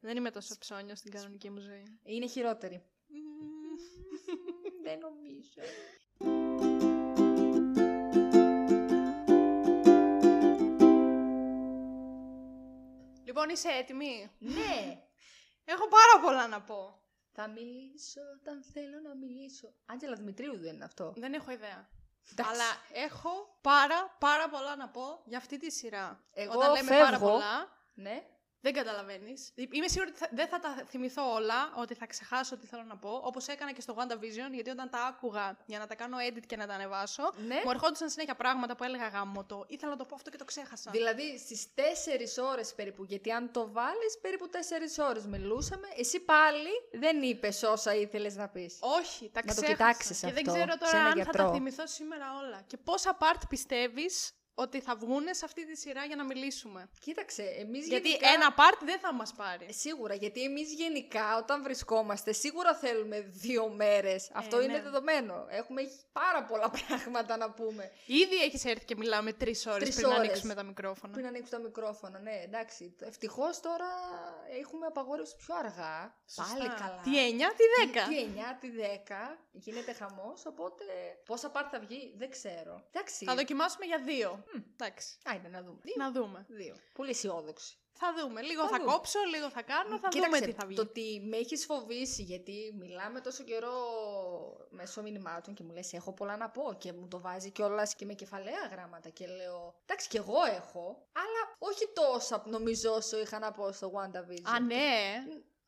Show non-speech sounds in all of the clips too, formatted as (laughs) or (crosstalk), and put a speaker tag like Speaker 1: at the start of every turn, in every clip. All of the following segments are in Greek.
Speaker 1: Δεν είμαι τόσο ψώνιο στην κανονική μου ζωή.
Speaker 2: Είναι
Speaker 1: (laughs)
Speaker 2: χειρότερη. Mm. Δεν νομίζω.
Speaker 1: Λοιπόν, είσαι έτοιμη.
Speaker 2: ναι!
Speaker 1: Έχω πάρα πολλά να πω.
Speaker 2: Θα μιλήσω όταν θέλω να μιλήσω. Άντζελα Δημητρίου δεν είναι αυτό.
Speaker 1: Δεν έχω ιδέα.
Speaker 2: Εντάξει.
Speaker 1: Αλλά έχω πάρα πάρα πολλά να πω για αυτή τη σειρά.
Speaker 2: Εγώ
Speaker 1: Όταν λέμε πάρα
Speaker 2: φεύγω.
Speaker 1: πολλά,
Speaker 2: Ναι.
Speaker 1: δεν καταλαβαίνεις. Είμαι σίγουρη ότι θα- δεν θα τα θυμηθώ όλα, ότι θα ξεχάσω τι θέλω να πω. Όπως έκανα και στο WandaVision, γιατί όταν τα άκουγα για να τα κάνω edit και να τα ανεβάσω,
Speaker 2: Ναι.
Speaker 1: μου ερχόντουσαν συνέχεια πράγματα που έλεγα γάμο το. Ήθελα να το πω αυτό και το ξέχασα.
Speaker 2: Δηλαδή στις 4 ώρες περίπου. Γιατί αν το βάλεις, περίπου 4 ώρες μιλούσαμε. Εσύ πάλι δεν είπες όσα ήθελες να πεις.
Speaker 1: Όχι, τα
Speaker 2: Να το
Speaker 1: ξέχασα.
Speaker 2: κοιτάξεις
Speaker 1: και δεν
Speaker 2: αυτό
Speaker 1: ξέρω
Speaker 2: σε
Speaker 1: τώρα
Speaker 2: ένα
Speaker 1: αν θα τα
Speaker 2: γιατρό.
Speaker 1: θυμηθώ σήμερα όλα. Και πόσα part πιστεύεις ότι θα βγουν σε αυτή τη σειρά για να μιλήσουμε.
Speaker 2: Κοίταξε, εμείς
Speaker 1: Γιατί ένα part δεν θα μας πάρει.
Speaker 2: Σίγουρα, γιατί εμείς γενικά όταν βρισκόμαστε, σίγουρα θέλουμε δύο μέρες. Αυτό
Speaker 1: ναι.
Speaker 2: είναι δεδομένο. Έχουμε πάρα πολλά (laughs) πράγματα να πούμε.
Speaker 1: Ήδη έχεις έρθει και μιλάμε τρεις ώρες
Speaker 2: Τρεις
Speaker 1: πριν να
Speaker 2: ώρες.
Speaker 1: ανοίξουμε τα μικρόφωνα.
Speaker 2: Πριν ανοίξουν τα μικρόφωνα, ναι, εντάξει. Ευτυχώς τώρα έχουμε απαγόρευση πιο αργά.
Speaker 1: Σωστά.
Speaker 2: Πάλι καλά.
Speaker 1: Τι 9, τι 10.
Speaker 2: Τι 9, τι 10. Γίνεται χαμός, οπότε πόσα πάρ θα βγει, δεν ξέρω. Εντάξει.
Speaker 1: Θα δοκιμάσουμε για δύο. Εντάξει.
Speaker 2: Άιντε, να δούμε.
Speaker 1: Να δούμε.
Speaker 2: Δύο. Πολύ αισιόδοξη.
Speaker 1: Θα δούμε. Λίγο
Speaker 2: Θα
Speaker 1: θα,
Speaker 2: δούμε.
Speaker 1: κόψω, λίγο θα κάνω, θα
Speaker 2: Κοίταξε,
Speaker 1: δούμε τι θα βγει.
Speaker 2: Το ότι με έχεις φοβήσει, γιατί μιλάμε τόσο καιρό μέσω μηνυμάτων και μου λες: Έχω πολλά να πω. Και μου το βάζει κιόλας και με κεφαλαία γράμματα. Και λέω: Εντάξει, κι εγώ έχω, αλλά όχι τόσα νομίζω όσο είχα να πω στο WandaVision.
Speaker 1: Α, ναι.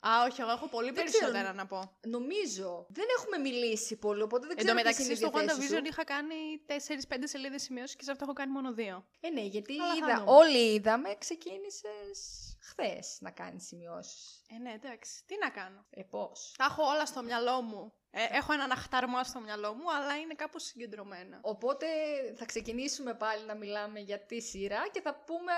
Speaker 1: Α, όχι, εγώ έχω πολύ
Speaker 2: Δεν
Speaker 1: περισσότερα
Speaker 2: ξέρω.
Speaker 1: να πω.
Speaker 2: Νομίζω. Δεν έχουμε μιλήσει πολύ, οπότε δεν
Speaker 1: Εν τω
Speaker 2: ξέρω. ποιες
Speaker 1: μεταξύ,
Speaker 2: είναι οι
Speaker 1: στο
Speaker 2: διαθέσεις σου.
Speaker 1: WandaVision είχα κάνει 4-5 σελίδες σημειώσεις και σε αυτό έχω κάνει μόνο δύο.
Speaker 2: Ε, ναι, γιατί
Speaker 1: Αλλά θα
Speaker 2: είδα,
Speaker 1: δούμε.
Speaker 2: όλοι είδαμε, ξεκίνησες χθες να κάνεις σημειώσεις.
Speaker 1: Ε, ναι, εντάξει. Τι να κάνω.
Speaker 2: Ε, πώς.
Speaker 1: Τα έχω όλα στο μυαλό μου. Ε, έχω έναν αχταρμό στο μυαλό μου, αλλά είναι κάπως συγκεντρωμένα.
Speaker 2: Οπότε θα ξεκινήσουμε πάλι να μιλάμε για τη σειρά και θα πούμε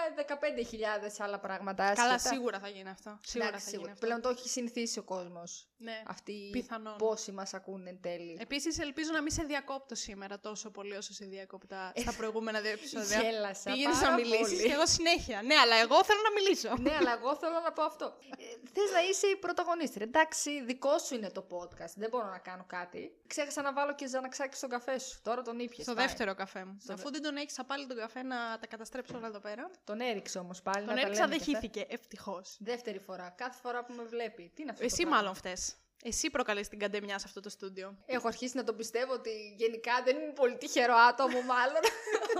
Speaker 2: 15.000 άλλα πράγματα.
Speaker 1: Καλά,
Speaker 2: άσχετα.
Speaker 1: σίγουρα θα γίνει αυτό. Σίγουρα
Speaker 2: Εντάξει,
Speaker 1: θα γίνει αυτό.
Speaker 2: Πλέον το έχει συνηθίσει ο κόσμος.
Speaker 1: Ναι.
Speaker 2: Αυτοί
Speaker 1: Πιθανόν.
Speaker 2: οι πόσοι μας ακούνε εν τέλει.
Speaker 1: Επίσης, ελπίζω να μην σε διακόπτω σήμερα τόσο πολύ όσο σε διακόπτα στα προηγούμενα δύο επεισόδια.
Speaker 2: Γέλασα.
Speaker 1: Πήγαινες
Speaker 2: Ε, πάρα
Speaker 1: να μιλήσεις
Speaker 2: πολύ.
Speaker 1: και εγώ συνέχεια. Ναι, αλλά εγώ θέλω να μιλήσω.
Speaker 2: ναι, αλλά εγώ θέλω να πω αυτό. Θες να είσαι η πρωταγωνίστρια. Εντάξει, δικό σου είναι το podcast. Δεν μπορώ να κάνω κάτι. Ξέχασα να βάλω και ζαναξάκι στον καφέ σου. Τώρα τον ήπια.
Speaker 1: Στο δεύτερο καφέ μου.
Speaker 2: Στο
Speaker 1: Αφού δεν τον έριξα πάλι τον καφέ να τα καταστρέψω όλα εδώ πέρα.
Speaker 2: Τον έριξε όμως πάλι.
Speaker 1: Τον
Speaker 2: να τα
Speaker 1: έριξα,
Speaker 2: λέμε
Speaker 1: δεν
Speaker 2: και αυτά.
Speaker 1: χύθηκε. Ευτυχώς.
Speaker 2: Δεύτερη φορά. Κάθε φορά που με βλέπει. Τι είναι αυτό. το
Speaker 1: Εσύ
Speaker 2: πράγμα?
Speaker 1: μάλλον φτε. Εσύ προκαλείς την καντεμιά σε αυτό το στούντιο.
Speaker 2: Έχω αρχίσει να τον πιστεύω ότι γενικά δεν είμαι πολύ τυχερό άτομο (laughs) μάλλον,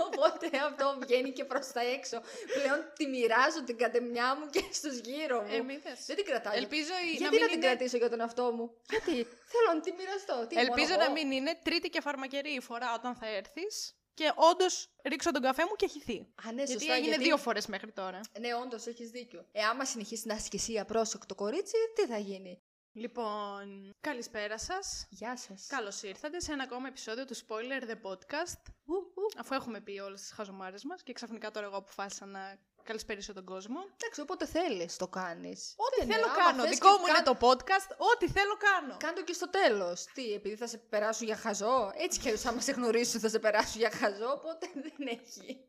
Speaker 2: οπότε αυτό βγαίνει και προς τα έξω. Πλέον τη μοιράζω την κατεμιά μου και στους γύρω μου.
Speaker 1: Ε, μη θες.
Speaker 2: Δεν την κρατάω.
Speaker 1: Ελπίζω η-
Speaker 2: Γιατί
Speaker 1: να
Speaker 2: να,
Speaker 1: μην
Speaker 2: την
Speaker 1: είναι-
Speaker 2: κρατήσω για τον εαυτό μου. Γιατί θέλω να την μοιραστώ. Τι,
Speaker 1: Ελπίζω
Speaker 2: μόνο
Speaker 1: να
Speaker 2: εγώ?
Speaker 1: μην είναι τρίτη και φαρμακερή η φορά όταν θα έρθεις και όντως ρίξω τον καφέ μου και χυθεί.
Speaker 2: Α, ναι,
Speaker 1: Ε, γιατί
Speaker 2: σωστά,
Speaker 1: έγινε
Speaker 2: γιατί-
Speaker 1: δύο φορές μέχρι τώρα.
Speaker 2: Ναι, όντως έχεις δίκιο. Ε, άμα συνεχίσει να είσαι και εσύ απρόσεκτο κορίτσι, τι θα γίνει.
Speaker 1: Λοιπόν, καλησπέρα σας.
Speaker 2: Γεια σας.
Speaker 1: Καλώς ήρθατε σε ένα ακόμα επεισόδιο του Spoiler The Podcast. Αφού έχουμε πει όλες τις χαζομάρες μας και ξαφνικά τώρα εγώ αποφάσισα να καλησπέρισω τον κόσμο.
Speaker 2: Εντάξει, όποτε θέλεις το κάνεις.
Speaker 1: Ό,τι θέλω κάνω. Δικό μου είναι το podcast. Ό,τι θέλω κάνω.
Speaker 2: Κάντο και στο τέλος. Τι, επειδή θα σε περάσουν για χαζό. Έτσι κι αλλιώ, άμα σε γνωρίσουν, θα σε περάσουν για χαζό. Οπότε (laughs) δεν έχει.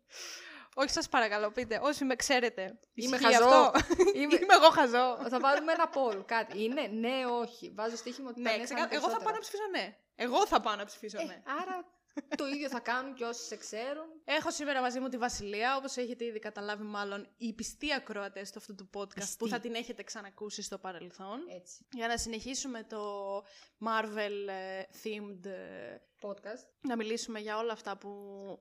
Speaker 1: Όχι, σας παρακαλώ, πείτε. Όσοι με ξέρετε.
Speaker 2: Είμαι
Speaker 1: ισχύει
Speaker 2: χαζό.
Speaker 1: αυτό?
Speaker 2: Είμαι-
Speaker 1: Είμαι εγώ χαζό.
Speaker 2: θα βάλουμε ένα poll. Κάτι. Είναι, ναι, όχι. Βάζω στοίχημα ότι
Speaker 1: Ναι,
Speaker 2: τα
Speaker 1: ξεκα- Εγώ θα πάω να ψηφίσω ναι. Εγώ θα πάω να ψηφίσω ναι.
Speaker 2: Ε, Άρα το ίδιο θα κάνουν και όσοι σε ξέρουν.
Speaker 1: Έχω σήμερα μαζί μου τη Βασιλεία, όπως έχετε ήδη καταλάβει, μάλλον οι πιστοί ακροατές του αυτού του podcast
Speaker 2: Πιστοί.
Speaker 1: που θα την έχετε ξανακούσει στο παρελθόν.
Speaker 2: Έτσι.
Speaker 1: Για να συνεχίσουμε το Marvel ε, themed. ε,
Speaker 2: Podcast.
Speaker 1: Να μιλήσουμε για όλα αυτά που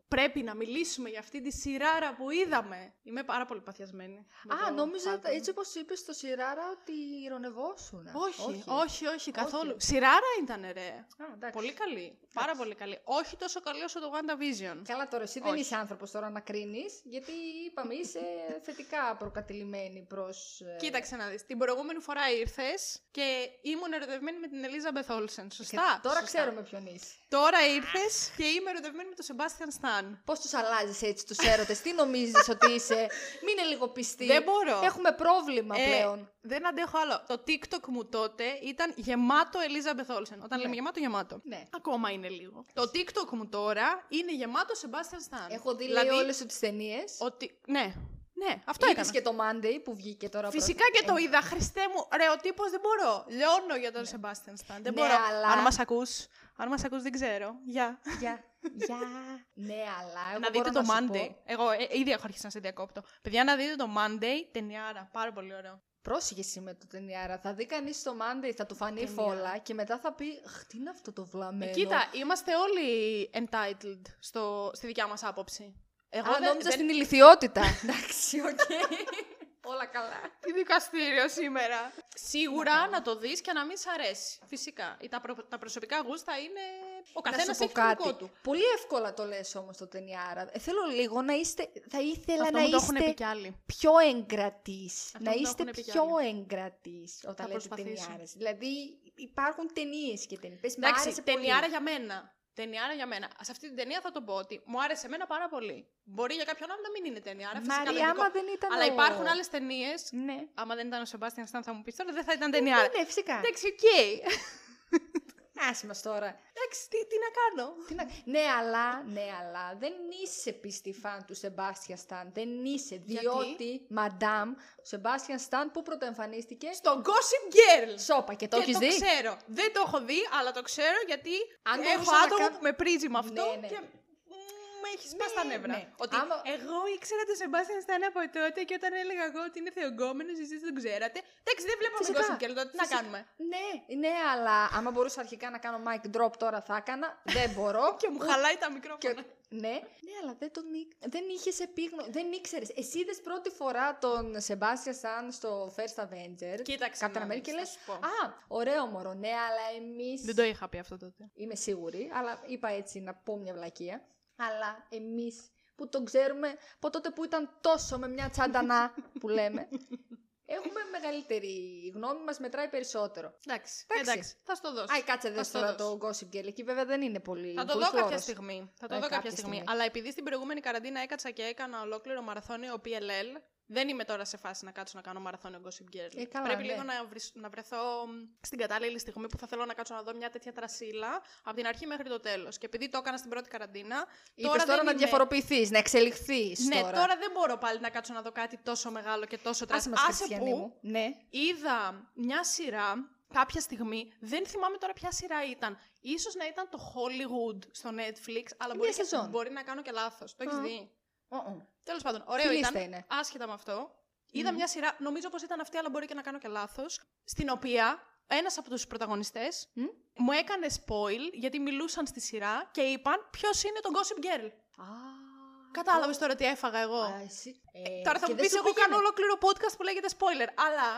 Speaker 1: πρέπει να μιλήσουμε για αυτή τη σειράρα που είδαμε. Είμαι πάρα πολύ παθιασμένη. με
Speaker 2: Α,
Speaker 1: το
Speaker 2: νόμιζα
Speaker 1: Falcon.
Speaker 2: έτσι όπως είπες στο Σιράρα ότι ηρωνευόσουν.
Speaker 1: Όχι, όχι, όχι, καθόλου.
Speaker 2: Όχι.
Speaker 1: Σειράρα ήταν ρε.
Speaker 2: Α, εντάξει.
Speaker 1: Πολύ καλή. Πάρα πολύ καλή. Όχι τόσο καλή όσο το WandaVision.
Speaker 2: Καλά τώρα, εσύ δεν
Speaker 1: Όχι.
Speaker 2: είσαι άνθρωπος τώρα να κρίνεις, γιατί είπαμε
Speaker 1: (laughs)
Speaker 2: είσαι θετικά προκατηλημένη προς... ε,
Speaker 1: Κοίταξε να δεις. Την προηγούμενη φορά ήρθες και ήμουν ερωτευμένη με την Ελίζα Μπεθόλσεν.
Speaker 2: και
Speaker 1: Σωστά.
Speaker 2: Τώρα
Speaker 1: σωστά.
Speaker 2: ξέρουμε ποιον είσαι.
Speaker 1: Τώρα ήρθες και είμαι ερωτευμένη με τον Σεμπάστιαν Σταν.
Speaker 2: Πώς τους αλλάζεις έτσι τους έρωτες, τι νομίζεις ότι είσαι. Μην είναι λίγο πιστή.
Speaker 1: Δεν μπορώ.
Speaker 2: Έχουμε πρόβλημα
Speaker 1: Ε,
Speaker 2: πλέον.
Speaker 1: δεν αντέχω άλλο. Το TikTok μου τότε ήταν γεμάτο Ελίζα Μπεθόλσεν. Όταν λέμε γεμάτο, γεμάτο.
Speaker 2: Ναι.
Speaker 1: Ακόμα είναι λίγο. Το TikTok μου τώρα είναι γεμάτο Σεμπάστιαν Σταν.
Speaker 2: Έχω δει
Speaker 1: δηλαδή,
Speaker 2: λέει όλες τις ταινίες.
Speaker 1: Ότι... Ναι. Ναι, αυτό
Speaker 2: Είδες
Speaker 1: έκανα.
Speaker 2: και το Monday που βγήκε τώρα
Speaker 1: Φυσικά
Speaker 2: πρόσφατα.
Speaker 1: και το
Speaker 2: Ε,
Speaker 1: είδα. Χριστέ μου, ρε, ο τύπος δεν μπορώ. Λιώνω για τον Σεμπάστιαν Σταν. Δεν
Speaker 2: Ναι,
Speaker 1: μπορώ.
Speaker 2: αλλά-
Speaker 1: Αν μας ακούς, αν μας ακούς, δεν ξέρω. Γεια.
Speaker 2: Γεια. Γεια. Ναι, αλλά. εγώ
Speaker 1: να
Speaker 2: μπορώ
Speaker 1: δείτε το
Speaker 2: σου
Speaker 1: Monday.
Speaker 2: πω-
Speaker 1: Εγώ ε, ήδη έχω αρχίσει να σε διακόπτω. Παιδιά, να δείτε το Monday, ταινιάρα. Πάρα πολύ ωραίο.
Speaker 2: Πρόσεχε εσύ με το ταινιάρα. Θα δει κανείς το Monday, θα του φανεί
Speaker 1: Ταινιάρα.
Speaker 2: φόλα και μετά θα πει Χ, τι είναι αυτό το
Speaker 1: Ε,
Speaker 2: βλαμμένο.
Speaker 1: κοίτα, είμαστε όλοι entitled στο, στη δικιά μας άποψη. Εγώ
Speaker 2: Α,
Speaker 1: δεν,
Speaker 2: νόμιζα
Speaker 1: δεν...
Speaker 2: στην ηλικιότητα.
Speaker 1: (laughs)
Speaker 2: Εντάξει, οκ. (laughs) Όλα καλά.
Speaker 1: Τι δικαστήριο σήμερα. Σίγουρα
Speaker 2: Να
Speaker 1: να το δεις και να μην σ' αρέσει. Φυσικά. Τα, προ- τα προσωπικά γούστα είναι. Ο
Speaker 2: Να
Speaker 1: καθένας
Speaker 2: σου πω
Speaker 1: έχει το δικό
Speaker 2: κάτι.
Speaker 1: του.
Speaker 2: Πολύ εύκολα το λες όμως το ταινιάρα. Ε, θέλω λίγο να είστε. Θα ήθελα
Speaker 1: Αυτό
Speaker 2: να
Speaker 1: μου το έχουν
Speaker 2: είστε
Speaker 1: πει κι άλλοι.
Speaker 2: πιο εγκρατής.
Speaker 1: Αυτό
Speaker 2: να
Speaker 1: μου το
Speaker 2: είστε
Speaker 1: έχουνε πει κι
Speaker 2: πιο
Speaker 1: άλλοι.
Speaker 2: εγκρατής όταν λέτε
Speaker 1: προσπαθήσω.
Speaker 2: ταινιάρες. Δηλαδή υπάρχουν ταινίες και ταινίε. Πες, μ' άρεσε
Speaker 1: Εντάξει,
Speaker 2: πολύ.
Speaker 1: ταινιάρα για μένα. Ταινιάρα για μένα. Σε αυτή την ταινία θα το πω ότι μου άρεσε εμένα πάρα πολύ. Μπορεί για κάποιον άλλο να μην είναι ταινιάρα, φυσικά
Speaker 2: Μαρία,
Speaker 1: λογικό.
Speaker 2: άμα δεν ήταν
Speaker 1: Αλλά
Speaker 2: ο-
Speaker 1: υπάρχουν άλλες ταινίες.
Speaker 2: Ναι.
Speaker 1: Άμα δεν ήταν ο Σεμπάστιαν Σταν, θα μου πεις τώρα δεν θα ήταν ταινιάρα.
Speaker 2: Ναι, φυσικά.
Speaker 1: Εντάξει, οκ. (laughs)
Speaker 2: Άσε μας τώρα.
Speaker 1: Εντάξει, τι, τι να κάνω.
Speaker 2: Τι να- Ναι, αλλά, ναι, αλλά δεν είσαι πιστή φαν του Σεμπάστια Σταν. Δεν είσαι.
Speaker 1: Γιατί?
Speaker 2: Διότι, μαντάμ, ο Σεμπάστια Σταν που πρωτοεμφανίστηκε.
Speaker 1: Στο Gossip Girl.
Speaker 2: Σόπα και το
Speaker 1: και
Speaker 2: έχεις
Speaker 1: το
Speaker 2: δει.
Speaker 1: ξέρω. Δεν το έχω δει, αλλά το ξέρω γιατί
Speaker 2: Αν το
Speaker 1: έχω
Speaker 2: μπορούσα να
Speaker 1: άτομο
Speaker 2: κάνω-
Speaker 1: που με πρίζει με αυτό
Speaker 2: Ναι, ναι.
Speaker 1: και με έχει σπάσει τα
Speaker 2: Ναι,
Speaker 1: νεύρα.
Speaker 2: ναι.
Speaker 1: Ότι
Speaker 2: Άμα-
Speaker 1: εγώ ήξερα τον Σεμπάστιαν Σταν από τότε και όταν έλεγα εγώ ότι είναι θεογκόμενος, εσείς δεν ξέρατε. Εντάξει, δεν βλέπαμε
Speaker 2: Φυσικά.
Speaker 1: Gossip Girl, τότε τι να
Speaker 2: Φυσικά.
Speaker 1: κάνουμε.
Speaker 2: Ναι, ναι, αλλά άμα μπορούσα αρχικά να κάνω mic drop τώρα θα έκανα. Δεν μπορώ.
Speaker 1: (laughs) Και μου χαλάει τα μικρόφωνα.
Speaker 2: Και- ναι, ναι, αλλά δεν τον ήξ- δεν είχες επίγνωση. Δεν ήξερες. Εσύ είδες πρώτη φορά τον Σεμπάστια Σταν στο First Avenger.
Speaker 1: Κοίταξε.
Speaker 2: Captain
Speaker 1: να δεις,
Speaker 2: America,
Speaker 1: θα
Speaker 2: λες,
Speaker 1: σου πω.
Speaker 2: Α, ωραίο μωρό. Ναι, αλλά εμείς.
Speaker 1: Δεν το είχα πει αυτό τότε.
Speaker 2: Είμαι σίγουρη, αλλά είπα έτσι να πω μια βλακεία. Αλλά εμείς που τον ξέρουμε από τότε που ήταν τόσο με μια τσάντανά που λέμε, έχουμε μεγαλύτερη η γνώμη μας, μετράει περισσότερο.
Speaker 1: Εντάξει.
Speaker 2: Εντάξει.
Speaker 1: Εντάξει. Θα στο δώσω.
Speaker 2: Άι, κάτσε
Speaker 1: Θα
Speaker 2: δες
Speaker 1: στο
Speaker 2: τώρα
Speaker 1: δώσω.
Speaker 2: το Gossip Girl. Εκεί βέβαια δεν είναι πολύ.
Speaker 1: Θα το
Speaker 2: πολύ
Speaker 1: δω κάποια
Speaker 2: χλώρος.
Speaker 1: στιγμή. Θα το
Speaker 2: Ε,
Speaker 1: δω κάποια
Speaker 2: κάποια
Speaker 1: στιγμή.
Speaker 2: στιγμή.
Speaker 1: Αλλά επειδή στην προηγούμενη καραντίνα έκατσα και έκανα ολόκληρο μαραθώνιο PLL, δεν είμαι τώρα σε φάση να κάτσω να κάνω μαραθώνιο Gossip Girl.
Speaker 2: Ε, καλά,
Speaker 1: Πρέπει
Speaker 2: ναι.
Speaker 1: λίγο να, βρεις- να βρεθώ μ, στην κατάλληλη στιγμή που θα θέλω να κάτσω να δω μια τέτοια τρασίλα από την αρχή μέχρι το τέλος. Και επειδή το έκανα στην πρώτη καραντίνα.
Speaker 2: Είπες τώρα,
Speaker 1: δεν
Speaker 2: να
Speaker 1: είμαι-
Speaker 2: διαφοροποιηθείς, να εξελιχθείς
Speaker 1: Ναι,
Speaker 2: τώρα.
Speaker 1: τώρα δεν μπορώ πάλι να κάτσω να δω κάτι τόσο μεγάλο και τόσο
Speaker 2: Άσε
Speaker 1: τρασίλα.
Speaker 2: μας, Χριστιανή μου. Ναι.
Speaker 1: είδα μια σειρά κάποια στιγμή, δεν θυμάμαι τώρα ποια σειρά ήταν. Ίσως να ήταν το Hollywood στο Netflix, αλλά μπορεί, και-
Speaker 2: σεζόν.
Speaker 1: μπορεί να κάνω και λάθος. Το έχεις
Speaker 2: Α.
Speaker 1: δει.
Speaker 2: Ω-ω.
Speaker 1: Τέλος πάντων,
Speaker 2: Στη
Speaker 1: ωραίο
Speaker 2: λίστα
Speaker 1: ήταν.
Speaker 2: είναι.
Speaker 1: Άσχετα με αυτό. Είδα
Speaker 2: Μμμ.
Speaker 1: μια σειρά, νομίζω πως ήταν αυτή, αλλά μπορεί και να κάνω και λάθος, στην οποία ένας από τους πρωταγωνιστές
Speaker 2: Μμ.
Speaker 1: μου έκανε spoil γιατί μιλούσαν στη σειρά και είπαν ποιος είναι το Gossip Girl.
Speaker 2: Α,
Speaker 1: Κατάλαβες τώρα τι έφαγα εγώ.
Speaker 2: Α, εσύ. Ε,
Speaker 1: Τώρα θα
Speaker 2: και
Speaker 1: μου
Speaker 2: δεν
Speaker 1: πεις
Speaker 2: σου
Speaker 1: εγώ κάνω
Speaker 2: πήγαινε.
Speaker 1: ολόκληρο podcast που λέγεται spoiler, αλλά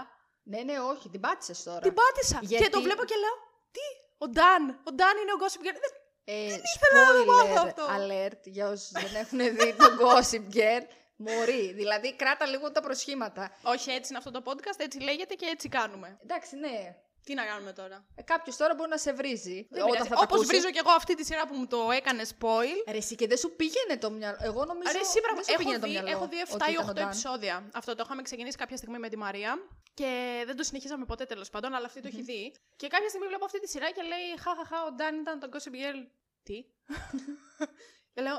Speaker 2: Ναι, ναι, όχι, την πάτησες τώρα.
Speaker 1: Την πάτησα. Και
Speaker 2: Γιατί-
Speaker 1: το βλέπω και λέω, τι, ο Νταν, ο Νταν είναι ο Gossip Girl. Δεν-
Speaker 2: Ε,
Speaker 1: ήθελα να το μάθω
Speaker 2: spoiler
Speaker 1: αυτό.
Speaker 2: alert για όσους δεν έχουν δει το (laughs) Gossip Girl. Μωρή. Δηλαδή, κράτα λίγο τα προσχήματα.
Speaker 1: Όχι, έτσι είναι αυτό το podcast, έτσι λέγεται και έτσι κάνουμε.
Speaker 2: Εντάξει, ναι.
Speaker 1: Τι να κάνουμε τώρα.
Speaker 2: Κάποιος τώρα μπορεί να σε βρίζει.
Speaker 1: Δεν
Speaker 2: όταν
Speaker 1: πειράζει.
Speaker 2: θα τα
Speaker 1: Όπως
Speaker 2: ακούσει.
Speaker 1: βρίζω κι εγώ αυτή τη σειρά που μου το έκανε spoil.
Speaker 2: Ρε, εσύ και δεν σου πήγαινε το μυαλό. Εγώ νομίζω.
Speaker 1: Ρε, εσύ
Speaker 2: δεν σου πήγαινε το
Speaker 1: έχω,
Speaker 2: μυαλό.
Speaker 1: δει, έχω δει
Speaker 2: ότι
Speaker 1: 7 ή
Speaker 2: ήταν
Speaker 1: 8
Speaker 2: ο Dan.
Speaker 1: επεισόδια. Αυτό το είχαμε ξεκινήσει κάποια στιγμή με τη Μαρία και δεν το συνεχίζαμε ποτέ τέλος πάντων, αλλά αυτή το έχει δει. Και κάποια στιγμή βλέπω αυτή τη σειρά και λέει: Χαχαχά, ο Νταν ήταν το Gossip Girl. (laughs) Τι. και λέω: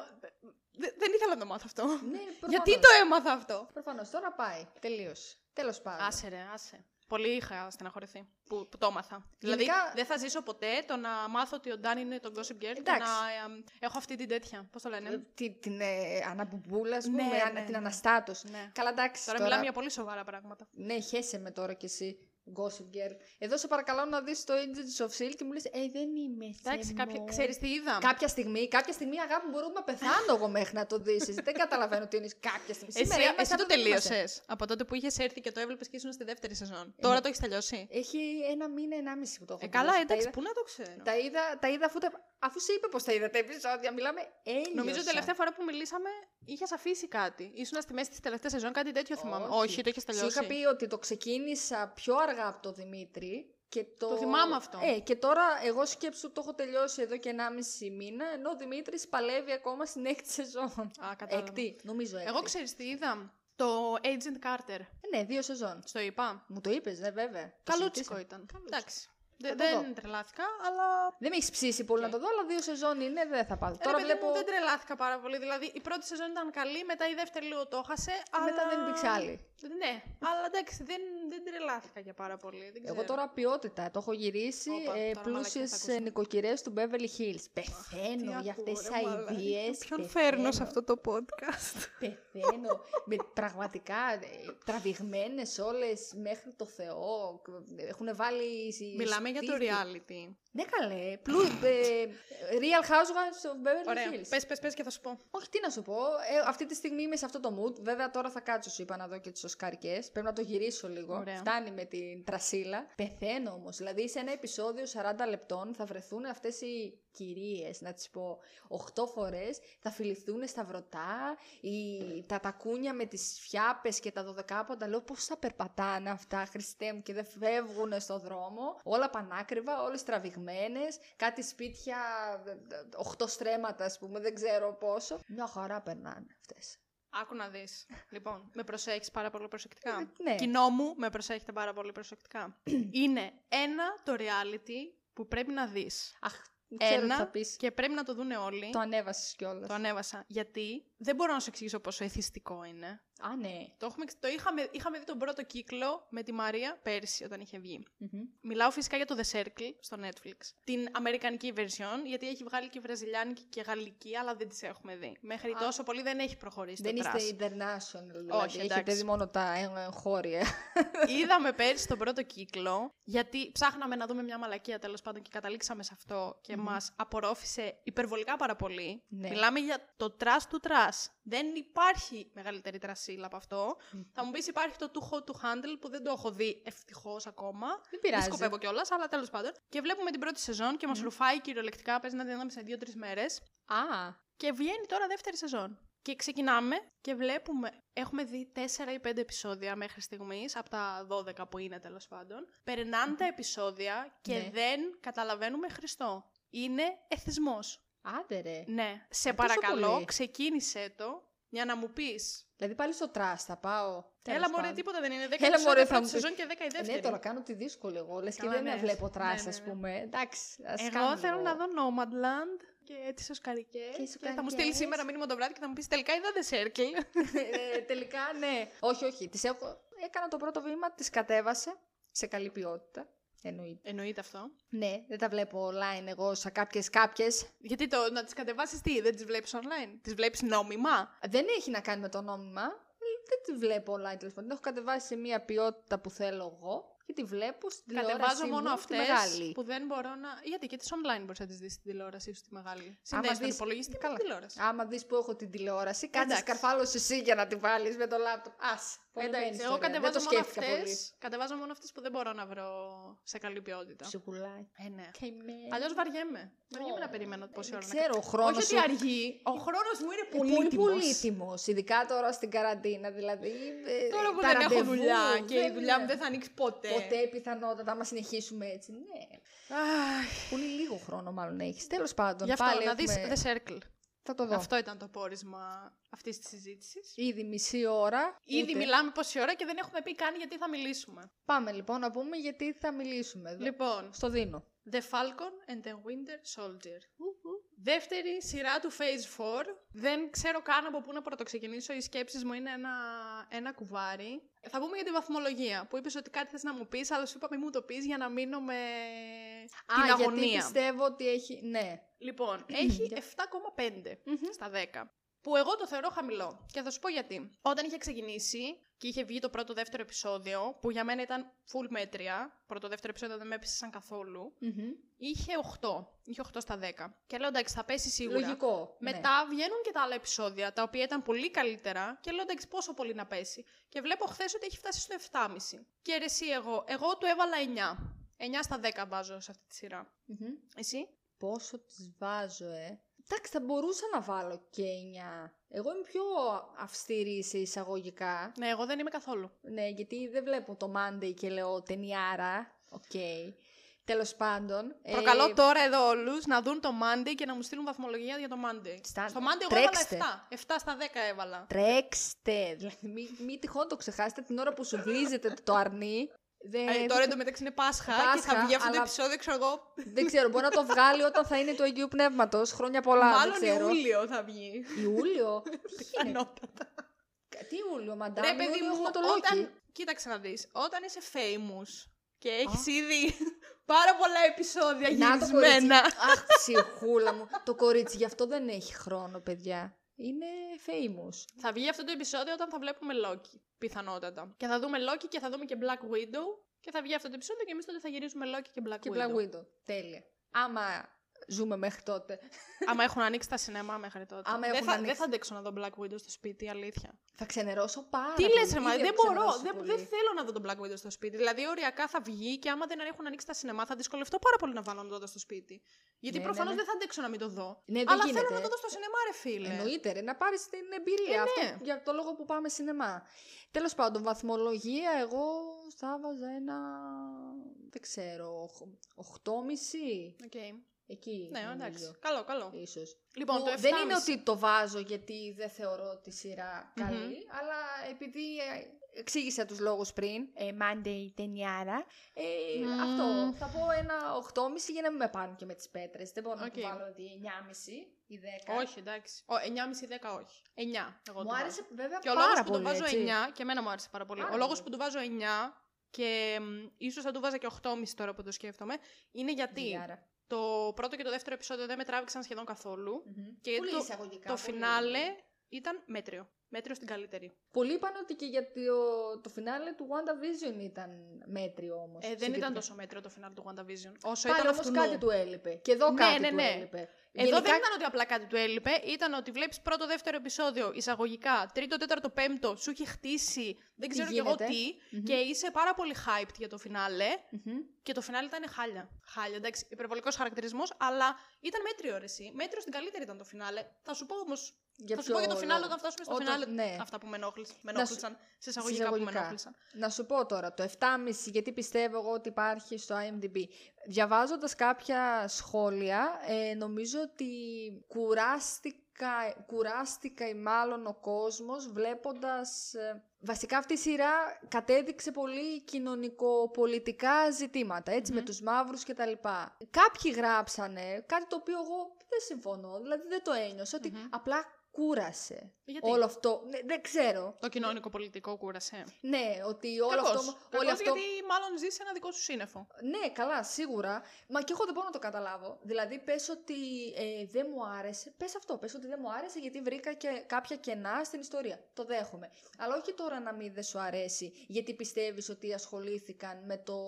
Speaker 1: «Δε- Δεν ήθελα να το μάθω αυτό.
Speaker 2: Ναι, προφανώς.
Speaker 1: Γιατί το έμαθα αυτό.
Speaker 2: Προφανώς τώρα πάει. Τελείως. Τέλος πάντων.
Speaker 1: Άσε ρε, άσε. Πολύ είχα στεναχωρηθεί που, που το έμαθα. Δηλαδή,
Speaker 2: Γενικά-
Speaker 1: δεν θα ζήσω ποτέ το να μάθω ότι ο Ντάν είναι τον Gossip Girl και
Speaker 2: Εντάξει.
Speaker 1: να ε, ε, έχω αυτή την τέτοια. Πώς το λένε.
Speaker 2: Ε, τι- την ε, αναμπουμπούλα, α
Speaker 1: Ναι,
Speaker 2: πούμε,
Speaker 1: ναι,
Speaker 2: ανα-
Speaker 1: ναι.
Speaker 2: την αναστάτωση.
Speaker 1: Ναι.
Speaker 2: Καλά, εντάξει.
Speaker 1: Τώρα μιλάμε για πολύ σοβαρά πράγματα.
Speaker 2: Ναι, χέσε με τώρα κι εσύ, Gossip Girl. Εδώ σε παρακαλώ να δεις το Agents of S.H.I.E.L.D. και μου λες, ε, δεν είμαι σε
Speaker 1: Εντάξει, κάποια...
Speaker 2: μο».
Speaker 1: ξέρεις τι είδα.
Speaker 2: Κάποια στιγμή, κάποια στιγμή, αγάπη, μου, μπορούμε να πεθάνω εγώ μέχρι να το δεις. Εσύ δεν καταλαβαίνω τι είναι κάποια στιγμή.
Speaker 1: Εσύ,
Speaker 2: είμαστε
Speaker 1: εσύ το
Speaker 2: αυτό που είμαστε.
Speaker 1: τελείωσες. Από τότε που είχες έρθει και το έβλεπες και ήσουν στη δεύτερη σεζόν. Τώρα το έχεις τελειώσει.
Speaker 2: Έχει ένα μήνα, ενάμιση που το έχω
Speaker 1: ναι. Ε, καλά,
Speaker 2: τελειώσει.
Speaker 1: εντάξει,
Speaker 2: Τα είδα,
Speaker 1: πού να το ξέρω.
Speaker 2: τα είδα, τα είδα αφού, τα- αφού σε είπε πως τα είδα τα επεισόδια. Μιλάμε ένιωσα.
Speaker 1: Νομίζω τελευταία φορά που μιλήσαμε είχες αφήσει κάτι. Ήσουν στη μέση της τελευταίας σεζόν, κάτι τέτοιο θυμάμαι. Όχι, το έχεις τελειώσει.
Speaker 2: Σου είχα πει ότι το ξεκίνησα πιο αργά από το Δημήτρη. Και το...
Speaker 1: Το θυμάμαι αυτό.
Speaker 2: Ε, και τώρα εγώ σκέψου το έχω τελειώσει εδώ και 1,5 μήνα, ενώ ο Δημήτρης παλεύει ακόμα στην έκτη σεζόν.
Speaker 1: Α, κατάλαβα.
Speaker 2: Έκτη, νομίζω έκτη.
Speaker 1: Εγώ ξέρεις τι είδα. Το Agent Carter.
Speaker 2: Ε, Ναι, δύο σεζόν.
Speaker 1: Στο είπα.
Speaker 2: Μου το είπες, ναι βέβαια. Το
Speaker 1: Καλούτσικο
Speaker 2: συζητήσαμε.
Speaker 1: ήταν.
Speaker 2: Καλούτσικο.
Speaker 1: Εντάξει. Δε-
Speaker 2: Θα το
Speaker 1: δεν
Speaker 2: δω.
Speaker 1: τρελάθηκα, αλλά.
Speaker 2: Δεν με έχεις ψήσει πολύ
Speaker 1: Οκ.
Speaker 2: να το δω, αλλά δύο σεζόν είναι, δεν θα πάω.
Speaker 1: Τώρα
Speaker 2: Τώρα βλέπω.
Speaker 1: Δεν τρελάθηκα πάρα πολύ. Δηλαδή η πρώτη σεζόν ήταν καλή, μετά η δεύτερη λίγο το έχασε. Αλλά...
Speaker 2: Μετά δεν υπήρξε άλλη.
Speaker 1: Ναι, αλλά εντάξει, δεν, δεν τρελάθηκα για πάρα πολύ. Δεν ξέρω.
Speaker 2: Εγώ τώρα ποιότητα. Το έχω γυρίσει.
Speaker 1: Όπα,
Speaker 2: ε,
Speaker 1: τώρα
Speaker 2: Πλούσιε
Speaker 1: μαλακίες θα ακούσουμε.
Speaker 2: νοικοκυρές του Beverly Hills. Πεθαίνω
Speaker 1: Τι
Speaker 2: για αυτές
Speaker 1: ακούω,
Speaker 2: τι
Speaker 1: ρε μαλάκα.
Speaker 2: αειδίε.
Speaker 1: Ποιον φέρνω σε αυτό το podcast.
Speaker 2: Πεθαίνω. με πραγματικά τραβηγμένες όλες μέχρι το Θεό. Έχουν βάλει. σι-
Speaker 1: Μιλάμε για το
Speaker 2: στήθη.
Speaker 1: reality.
Speaker 2: Ναι, καλέ. Πλού, ε, Real Housewives of Beverly
Speaker 1: Ωραία.
Speaker 2: Hills.
Speaker 1: Πες, πες, πες και θα σου πω.
Speaker 2: Όχι, τι να σου πω. Ε, αυτή τη στιγμή είμαι σε αυτό το mood. Βέβαια, τώρα θα κάτσω, σου είπα να δω και τις οσκαρικές. Πρέπει να το γυρίσω λίγο.
Speaker 1: Ωραία.
Speaker 2: Φτάνει με την τρασίλα. Πεθαίνω όμως. Δηλαδή, σε ένα επεισόδιο 40 λεπτών θα βρεθούν αυτές οι κυρίες, να τις πω, 8 φορές. Θα φιληθούν στα βρωτά, οι, τα τακούνια με τις φιάπε και τα δωδεκάποντα. Λέω πώς θα περπατάνε αυτά, Χριστέ μου, και δεν φεύγουν στον δρόμο. Όλα πανάκριβα, όλες τραβηγμένες. Κάτι σπίτια, 8 στρέμματα, ας πούμε, δεν ξέρω πόσο. Μια χαρά περνάνε αυτές.
Speaker 1: Άκου να δεις. λοιπόν, με προσέχεις πάρα πολύ προσεκτικά.
Speaker 2: Ναι.
Speaker 1: Κοινό μου, με προσέχετε πάρα πολύ
Speaker 2: (clears throat)
Speaker 1: προσεκτικά. Είναι ένα το reality που πρέπει να δεις.
Speaker 2: Αχ, ξέρω
Speaker 1: Ένα
Speaker 2: τι θα πεις.
Speaker 1: Και πρέπει να το δουν όλοι.
Speaker 2: Το ανέβασες κιόλας.
Speaker 1: Το ανέβασα. Γιατί δεν μπορώ να σου εξηγήσω πόσο εθιστικό είναι.
Speaker 2: Α, ναι.
Speaker 1: Το, έχουμε, εξ- το είχαμε, είχαμε δει τον πρώτο κύκλο με τη Μαρία πέρσι όταν είχε βγει. Μιλάω φυσικά για το The Circle στο Netflix. Την αμερικανική version, γιατί έχει βγάλει και βραζιλιάνικη και γαλλική, αλλά δεν τις έχουμε δει. Μέχρι
Speaker 2: Α.
Speaker 1: τόσο πολύ δεν έχει προχωρήσει
Speaker 2: Δεν
Speaker 1: το
Speaker 2: είστε
Speaker 1: τρας.
Speaker 2: international, δηλαδή.
Speaker 1: Όχι,
Speaker 2: Έχετε
Speaker 1: εντάξει.
Speaker 2: δει μόνο τα εγ- εγχώρια.
Speaker 1: Είδαμε πέρσι τον πρώτο κύκλο, γιατί ψάχναμε να δούμε μια μαλακία τέλος πάντων και καταλήξαμε σε αυτό και
Speaker 2: Μμμ.
Speaker 1: μας απορρόφησε υπερβολικά πάρα πολύ.
Speaker 2: Ναι.
Speaker 1: Μιλάμε για το τρας του τρας. Δεν υπάρχει μεγαλύτερη τρασίλα από αυτό. Θα μου πεις υπάρχει το Too Hot to Handle που δεν το έχω δει ευτυχώς ακόμα.
Speaker 2: Δεν
Speaker 1: Δεν
Speaker 2: πειράζει.
Speaker 1: σκοπεύω κιόλας, αλλά τέλος πάντων. Και βλέπουμε την πρώτη σεζόν και μας
Speaker 2: Μμμ.
Speaker 1: ρουφάει κυριολεκτικά. Παίζει να την είδαμε σε δύο-τρει μέρες.
Speaker 2: Α,
Speaker 1: Και βγαίνει τώρα δεύτερη σεζόν. Και ξεκινάμε και βλέπουμε. Έχουμε δει 4 ή 5 επεισόδια μέχρι στιγμής, από τα 12 που είναι τέλος πάντων. Περνάνε τα επεισόδια και
Speaker 2: Ναι.
Speaker 1: δεν καταλαβαίνουμε Χριστό. Είναι εθισμός.
Speaker 2: άντε ρε.
Speaker 1: Ναι. Σε
Speaker 2: Α, τόσο
Speaker 1: παρακαλώ,
Speaker 2: πολύ.
Speaker 1: ξεκίνησε το για να μου πεις.
Speaker 2: Δηλαδή πάλι στο τρας θα πάω.
Speaker 1: Έλα
Speaker 2: Τέλος
Speaker 1: μωρέ,
Speaker 2: πάντων.
Speaker 1: τίποτα δεν είναι. 10
Speaker 2: Έλα, μωρέ,
Speaker 1: επεισόδια
Speaker 2: θα
Speaker 1: πρώτη
Speaker 2: μου πεις.
Speaker 1: σεζόν και 10 η δεύτερη.
Speaker 2: Ναι, τώρα κάνω τη δύσκολη εγώ. Λες και
Speaker 1: Καλά,
Speaker 2: δεν
Speaker 1: ναι.
Speaker 2: να βλέπω τρας,
Speaker 1: Ναι, ναι,
Speaker 2: ας
Speaker 1: ναι.
Speaker 2: πούμε. Εντάξει, ας
Speaker 1: Εγώ
Speaker 2: κάνω
Speaker 1: θέλω
Speaker 2: λίγο.
Speaker 1: να δω Nomadland και τις Οσκαρικές.
Speaker 2: Και τις
Speaker 1: θα μου
Speaker 2: Οσκαρικές.
Speaker 1: στείλεις σήμερα μήνυμα το βράδυ και θα μου πεις τελικά είδα The Circle.
Speaker 2: Ε, τελικά, ναι. Όχι, όχι. Τις έχω... Έκανα το πρώτο βήμα, τις κατέβασα σε καλή ποιότητα. (laughs) Εννοείται.
Speaker 1: Εννοείται αυτό.
Speaker 2: Ναι, δεν τα βλέπω online εγώ σε κάποιες κάποιες.
Speaker 1: Γιατί το, να τις κατεβάσεις τι, δεν τις βλέπεις online. Τις βλέπεις νόμιμα.
Speaker 2: Δεν έχει να κάνει με το νόμιμα. Δεν τη βλέπω online τέλος πάντων. Την έχω κατεβάσει σε μια ποιότητα που θέλω εγώ και τη βλέπω στην τηλεόραση.
Speaker 1: Κατεβάζω μόνο
Speaker 2: μου, τη
Speaker 1: αυτές
Speaker 2: μεγάλη.
Speaker 1: που δεν μπορώ να... Γιατί και τις online μπορείς να τις δεις στην τηλεόρασή σου τη μεγάλη.
Speaker 2: Άμα
Speaker 1: Συνδέεις τον
Speaker 2: δεις-
Speaker 1: υπολογιστή με
Speaker 2: Καλά.
Speaker 1: την τηλεόραση.
Speaker 2: Άμα δεις που έχω την τηλεόραση, κάτσε
Speaker 1: Εντάξει.
Speaker 2: σκαρφάλωσες εσύ για να τη βάλεις με το λάπτοπ. Α.
Speaker 1: Ε, Εντάξει, εγώ κατεβάζω μόνο, αυτές, κατεβάζω μόνο αυτές που δεν μπορώ να βρω σε καλή ποιότητα.
Speaker 2: Ψυχουλάκι.
Speaker 1: Ε, ναι.
Speaker 2: Καημένη.
Speaker 1: Αλλιώς βαριέμαι. Βαριέμαι
Speaker 2: Ω,
Speaker 1: να περιμένω πόση
Speaker 2: Δεν
Speaker 1: ώρα να
Speaker 2: ε, ξέρω, ο χρόνος
Speaker 1: Όχι
Speaker 2: σου.
Speaker 1: ότι αργεί. Ε, Ο χρόνος μου είναι
Speaker 2: είναι
Speaker 1: πολύτιμος.
Speaker 2: πολύ πολύτιμος. Ειδικά τώρα στην καραντίνα. Δηλαδή. ε,
Speaker 1: Τώρα που
Speaker 2: τα
Speaker 1: δεν έχω
Speaker 2: ραντεβού,
Speaker 1: δουλειά και η
Speaker 2: δεν-
Speaker 1: δουλειά μου δεν θα ανοίξει ποτέ.
Speaker 2: Ποτέ πιθανότατα, άμα συνεχίσουμε έτσι. Ναι.
Speaker 1: Αχ,
Speaker 2: Πολύ λίγο χρόνο μάλλον έχεις. Τέλος πάντων.
Speaker 1: Γι' αυτό
Speaker 2: πάλι
Speaker 1: να δεις
Speaker 2: έχουμε-
Speaker 1: The Circle.
Speaker 2: Θα το δω.
Speaker 1: Αυτό ήταν το πόρισμα αυτής της συζήτησης.
Speaker 2: Ήδη μισή ώρα.
Speaker 1: Ήδη
Speaker 2: ούτε.
Speaker 1: μιλάμε πόση ώρα και δεν έχουμε πει καν γιατί θα μιλήσουμε.
Speaker 2: Πάμε λοιπόν να πούμε γιατί θα μιλήσουμε εδώ.
Speaker 1: Λοιπόν,
Speaker 2: Στο δίνω.
Speaker 1: The Falcon and the Winter Soldier. Δεύτερη σειρά του Phase 4. Δεν ξέρω καν από πού να πρωτοξεκινήσω. Οι σκέψεις μου είναι ένα, ένα κουβάρι. Θα πούμε για τη βαθμολογία που είπες ότι κάτι θες να μου πεις, αλλά σου είπα μη μου το πεις για να μείνω με την
Speaker 2: Α, γιατί
Speaker 1: αγωνία.
Speaker 2: πιστεύω ότι έχει... Ναι. (clears throat)
Speaker 1: Λοιπόν, έχει
Speaker 2: Για-
Speaker 1: 7,5 στα 10. Που εγώ το θεωρώ χαμηλό. Και θα σου πω γιατί. Όταν είχε ξεκινήσει και είχε βγει το πρώτο-δεύτερο επεισόδιο, που για μένα ήταν full μέτρια, πρώτο-δεύτερο επεισόδιο δεν με έπεισαν καθόλου,
Speaker 2: Μμμ.
Speaker 1: είχε 8. Είχε 8 στα 10. Και λέω εντάξει, θα πέσει σίγουρα.
Speaker 2: Λογικό. ναι.
Speaker 1: Μετά βγαίνουν και τα άλλα επεισόδια, τα οποία ήταν πολύ καλύτερα, και λέω εντάξει, πόσο πολύ να πέσει. Και βλέπω χθες ότι έχει φτάσει στο 7,5. Και ρε, εσύ εγώ, εγώ του έβαλα 9. 9 στα 10 βάζω σε αυτή τη σειρά.
Speaker 2: Μμμ.
Speaker 1: Εσύ.
Speaker 2: Πόσο τις βάζω, ε. Εντάξει, θα μπορούσα να βάλω και 9. Εγώ είμαι πιο αυστηρή σε εισαγωγικά.
Speaker 1: Ναι, εγώ δεν είμαι καθόλου.
Speaker 2: Ναι, γιατί δεν βλέπω το Monday και λέω ταινιάρα. Οκ. Τέλος πάντων. ε,
Speaker 1: Προκαλώ τώρα εδώ όλους να δουν το Monday και να μου στείλουν βαθμολογία για το Monday.
Speaker 2: Στα-
Speaker 1: Στο Monday εγώ
Speaker 2: τρέξτε.
Speaker 1: έβαλα 7. 7 στα 10 έβαλα.
Speaker 2: Τρέξτε! Δηλαδή, μη, μη τυχόν το ξεχάσετε την ώρα που σου βλύζετε το αρνί. Δεν,
Speaker 1: Ε, τώρα εντωμεταξύ είναι Πάσχα, και θα
Speaker 2: Πάσχα,
Speaker 1: βγει αυτό το
Speaker 2: αλλά-
Speaker 1: επεισόδιο, ξέρω εγώ.
Speaker 2: δεν ξέρω, μπορεί να το βγάλει όταν θα είναι του Αγίου Πνεύματος, χρόνια πολλά, δεν
Speaker 1: μάλλον
Speaker 2: ξέρω.
Speaker 1: Ιούλιο θα βγει.
Speaker 2: Ιούλιο. Τι γίνεται,
Speaker 1: Πιθανότατα.
Speaker 2: κα- τι Ιούλιο, μαντάμ,
Speaker 1: Ρε, παιδί
Speaker 2: Ιούλιο
Speaker 1: μου,
Speaker 2: έχουμε το Loki.
Speaker 1: όταν. Κοίταξε να δεις. Όταν είσαι famous και έχεις ήδη (laughs) πάρα πολλά επεισόδια
Speaker 2: Να το κορίτσι.
Speaker 1: γυρισμένα.
Speaker 2: Αχ, ψυχούλα μου. Το κορίτσι γι' αυτό δεν έχει χρόνο, παιδιά. Είναι famous.
Speaker 1: Θα βγει αυτό το επεισόδιο όταν θα βλέπουμε Loki. Πιθανότατα. Και θα δούμε Loki και θα δούμε και Black Widow. Και θα βγει αυτό το επεισόδιο και εμείς τότε θα γυρίζουμε Loki και Black
Speaker 2: Και
Speaker 1: Widow.
Speaker 2: Black Widow. Τέλεια. Άμα ζούμε μέχρι τότε.
Speaker 1: Άμα έχουν ανοίξει τα σινεμά μέχρι τότε.
Speaker 2: Άμα
Speaker 1: δεν,
Speaker 2: έχουν
Speaker 1: θα,
Speaker 2: ανοίξει.
Speaker 1: δεν θα αντέξω να δω Black Widow στο σπίτι, αλήθεια.
Speaker 2: Θα ξενερώσω πάρα
Speaker 1: Τι
Speaker 2: πολύ.
Speaker 1: λες, ρε Μαρία,
Speaker 2: Ήδη
Speaker 1: δεν
Speaker 2: έχω
Speaker 1: μπορώ.
Speaker 2: ξενερώσει
Speaker 1: Δεν,
Speaker 2: πολύ.
Speaker 1: δεν θέλω να δω τον Black Widow στο σπίτι. Δηλαδή, οριακά θα βγει και άμα δεν έχουν ανοίξει τα σινεμά, θα δυσκολευτώ πάρα πολύ να βάλω να το δω στο σπίτι. Γιατί
Speaker 2: Ναι, ναι,
Speaker 1: προφανώς
Speaker 2: ναι.
Speaker 1: δεν θα αντέξω να μην το δω.
Speaker 2: Ναι, δεν
Speaker 1: Αλλά
Speaker 2: γίνεται.
Speaker 1: θέλω να το δω στο σινεμά, ρε φίλε.
Speaker 2: Εννοείται, ρε, να πάρεις την εμπειρία.
Speaker 1: Ε,
Speaker 2: αυτό,
Speaker 1: ναι.
Speaker 2: Για το λόγο που πάμε σινεμά. Τέλος πάντων, βαθμολογία, εγώ θα βάζα ένα. Δεν ξέρω, οχ- 8,5
Speaker 1: Οκ.
Speaker 2: εκεί.
Speaker 1: Ναι,
Speaker 2: νομίζω,
Speaker 1: εντάξει. Καλό, καλό.
Speaker 2: Ίσως.
Speaker 1: Λοιπόν,
Speaker 2: Που
Speaker 1: το 7,5.
Speaker 2: Ε, δεν είναι ότι το βάζω γιατί δεν θεωρώ τη σειρά καλή, αλλά επειδή ε, εξήγησα τους λόγους πριν, ε, Monday η ταινιάρα, ε,
Speaker 1: Μμμ.
Speaker 2: αυτό, θα πω ένα 8,5 για να μην με πάνε και με τις πέτρες. Δεν μπορώ να του
Speaker 1: Οκ.
Speaker 2: βάλω ότι 9,5 ή 10.
Speaker 1: Όχι, εντάξει. Ο, 9,5-10, όχι. 9. Εγώ το
Speaker 2: Μου
Speaker 1: βάζω.
Speaker 2: άρεσε βέβαια
Speaker 1: Και ο λόγο
Speaker 2: πάρα
Speaker 1: που
Speaker 2: πολύ,
Speaker 1: το βάζω
Speaker 2: έτσι.
Speaker 1: 9, και εμένα μου άρεσε πάρα πολύ.
Speaker 2: Πάρα
Speaker 1: ο λόγος
Speaker 2: πολύ.
Speaker 1: που του βάζω 9 και μ, ίσως θα του βάζα και 8,5 τώρα που το σκέφτομαι, είναι γιατί
Speaker 2: Ταινιάρα.
Speaker 1: το πρώτο και το δεύτερο επεισόδιο δεν με τράβηξαν σχεδόν καθόλου.
Speaker 2: Μμμ.
Speaker 1: Και
Speaker 2: πολύ
Speaker 1: το-
Speaker 2: εισαγωγικά.
Speaker 1: το
Speaker 2: πολύ-
Speaker 1: φινάλε ήταν μέτριο. Μέτριο στην καλύτερη.
Speaker 2: Πολλοί είπαν ότι και για το, το φινάλε του WandaVision ήταν μέτριο όμως.
Speaker 1: Ε, δεν
Speaker 2: συγκριτικά.
Speaker 1: ήταν τόσο μέτριο το φινάλε του WandaVision. Όσο
Speaker 2: Πάλι
Speaker 1: ήταν
Speaker 2: όμως
Speaker 1: αυτού
Speaker 2: κάτι
Speaker 1: κάτι
Speaker 2: του έλειπε. Και εδώ
Speaker 1: Ναι,
Speaker 2: κάτι
Speaker 1: ναι,
Speaker 2: του
Speaker 1: ναι.
Speaker 2: έλειπε.
Speaker 1: Εδώ
Speaker 2: Γενικά
Speaker 1: δεν ήταν ότι απλά κάτι του έλειπε, ήταν ότι βλέπεις πρώτο, δεύτερο επεισόδιο, εισαγωγικά, τρίτο, τέταρτο, πέμπτο, σου έχει χτίσει, δεν
Speaker 2: Τι
Speaker 1: ξέρω κι εγώ
Speaker 2: γίνεται.
Speaker 1: τι,
Speaker 2: Μμμ.
Speaker 1: και είσαι πάρα πολύ hyped για το φινάλε.
Speaker 2: Μμμ.
Speaker 1: Και το φινάλε ήταν χάλια. Χάλια, εντάξει, υπερβολικός χαρακτηρισμός, αλλά ήταν μέτριο ρε, εσύ. Μέτριο στην καλύτερη ήταν το φινάλε. Θα σου πω όμως.
Speaker 2: Για
Speaker 1: Θα σου
Speaker 2: ποιο
Speaker 1: πω για το φινάλε
Speaker 2: λόγο?
Speaker 1: όταν φτάσουμε στο
Speaker 2: Όταν-
Speaker 1: φινάλε.
Speaker 2: ναι.
Speaker 1: Αυτά που με ενόχλησαν. Με
Speaker 2: Να σου-
Speaker 1: ενόχλησαν. Σε εισαγωγικά, που με
Speaker 2: εισαγωγικά.
Speaker 1: ενόχλησαν.
Speaker 2: Να σου πω τώρα, το 7,5 γιατί πιστεύω εγώ ότι υπάρχει στο IMDb. Διαβάζοντας κάποια σχόλια, ε, νομίζω ότι κουράστηκα, κουράστηκα ή μάλλον ο κόσμος βλέποντας... ε, βασικά αυτή η σειρά κατέδειξε πολύ κοινωνικοπολιτικά ζητήματα, έτσι, με
Speaker 1: Μμμ.
Speaker 2: τους μαύρους και τα λοιπά. Κάποιοι γράψανε κάτι το οποίο εγώ δεν συμφωνώ, δηλαδή δεν το ένιωσα, ότι
Speaker 1: Μμμ. Ε,
Speaker 2: απλά κουρασε
Speaker 1: Γιατί
Speaker 2: όλο αυτό. Ναι, δεν ξέρω.
Speaker 1: το κοινωνικό πολιτικό κούρασε.
Speaker 2: Ναι, ότι Ναι. όλο
Speaker 1: Κακός.
Speaker 2: αυτό. όλο
Speaker 1: Κακός,
Speaker 2: αυτό
Speaker 1: γιατί μάλλον ζει σε ένα δικό σου σύννεφο.
Speaker 2: Ναι, καλά, σίγουρα. Μα και εγώ δεν μπορώ να το καταλάβω. Δηλαδή, πες ότι ε, δεν μου άρεσε. Πες αυτό, πες ότι δεν μου άρεσε γιατί βρήκα και κάποια κενά στην ιστορία. Το δέχομαι. Αλλά όχι τώρα να μην δεν σου αρέσει γιατί πιστεύεις ότι ασχολήθηκαν με το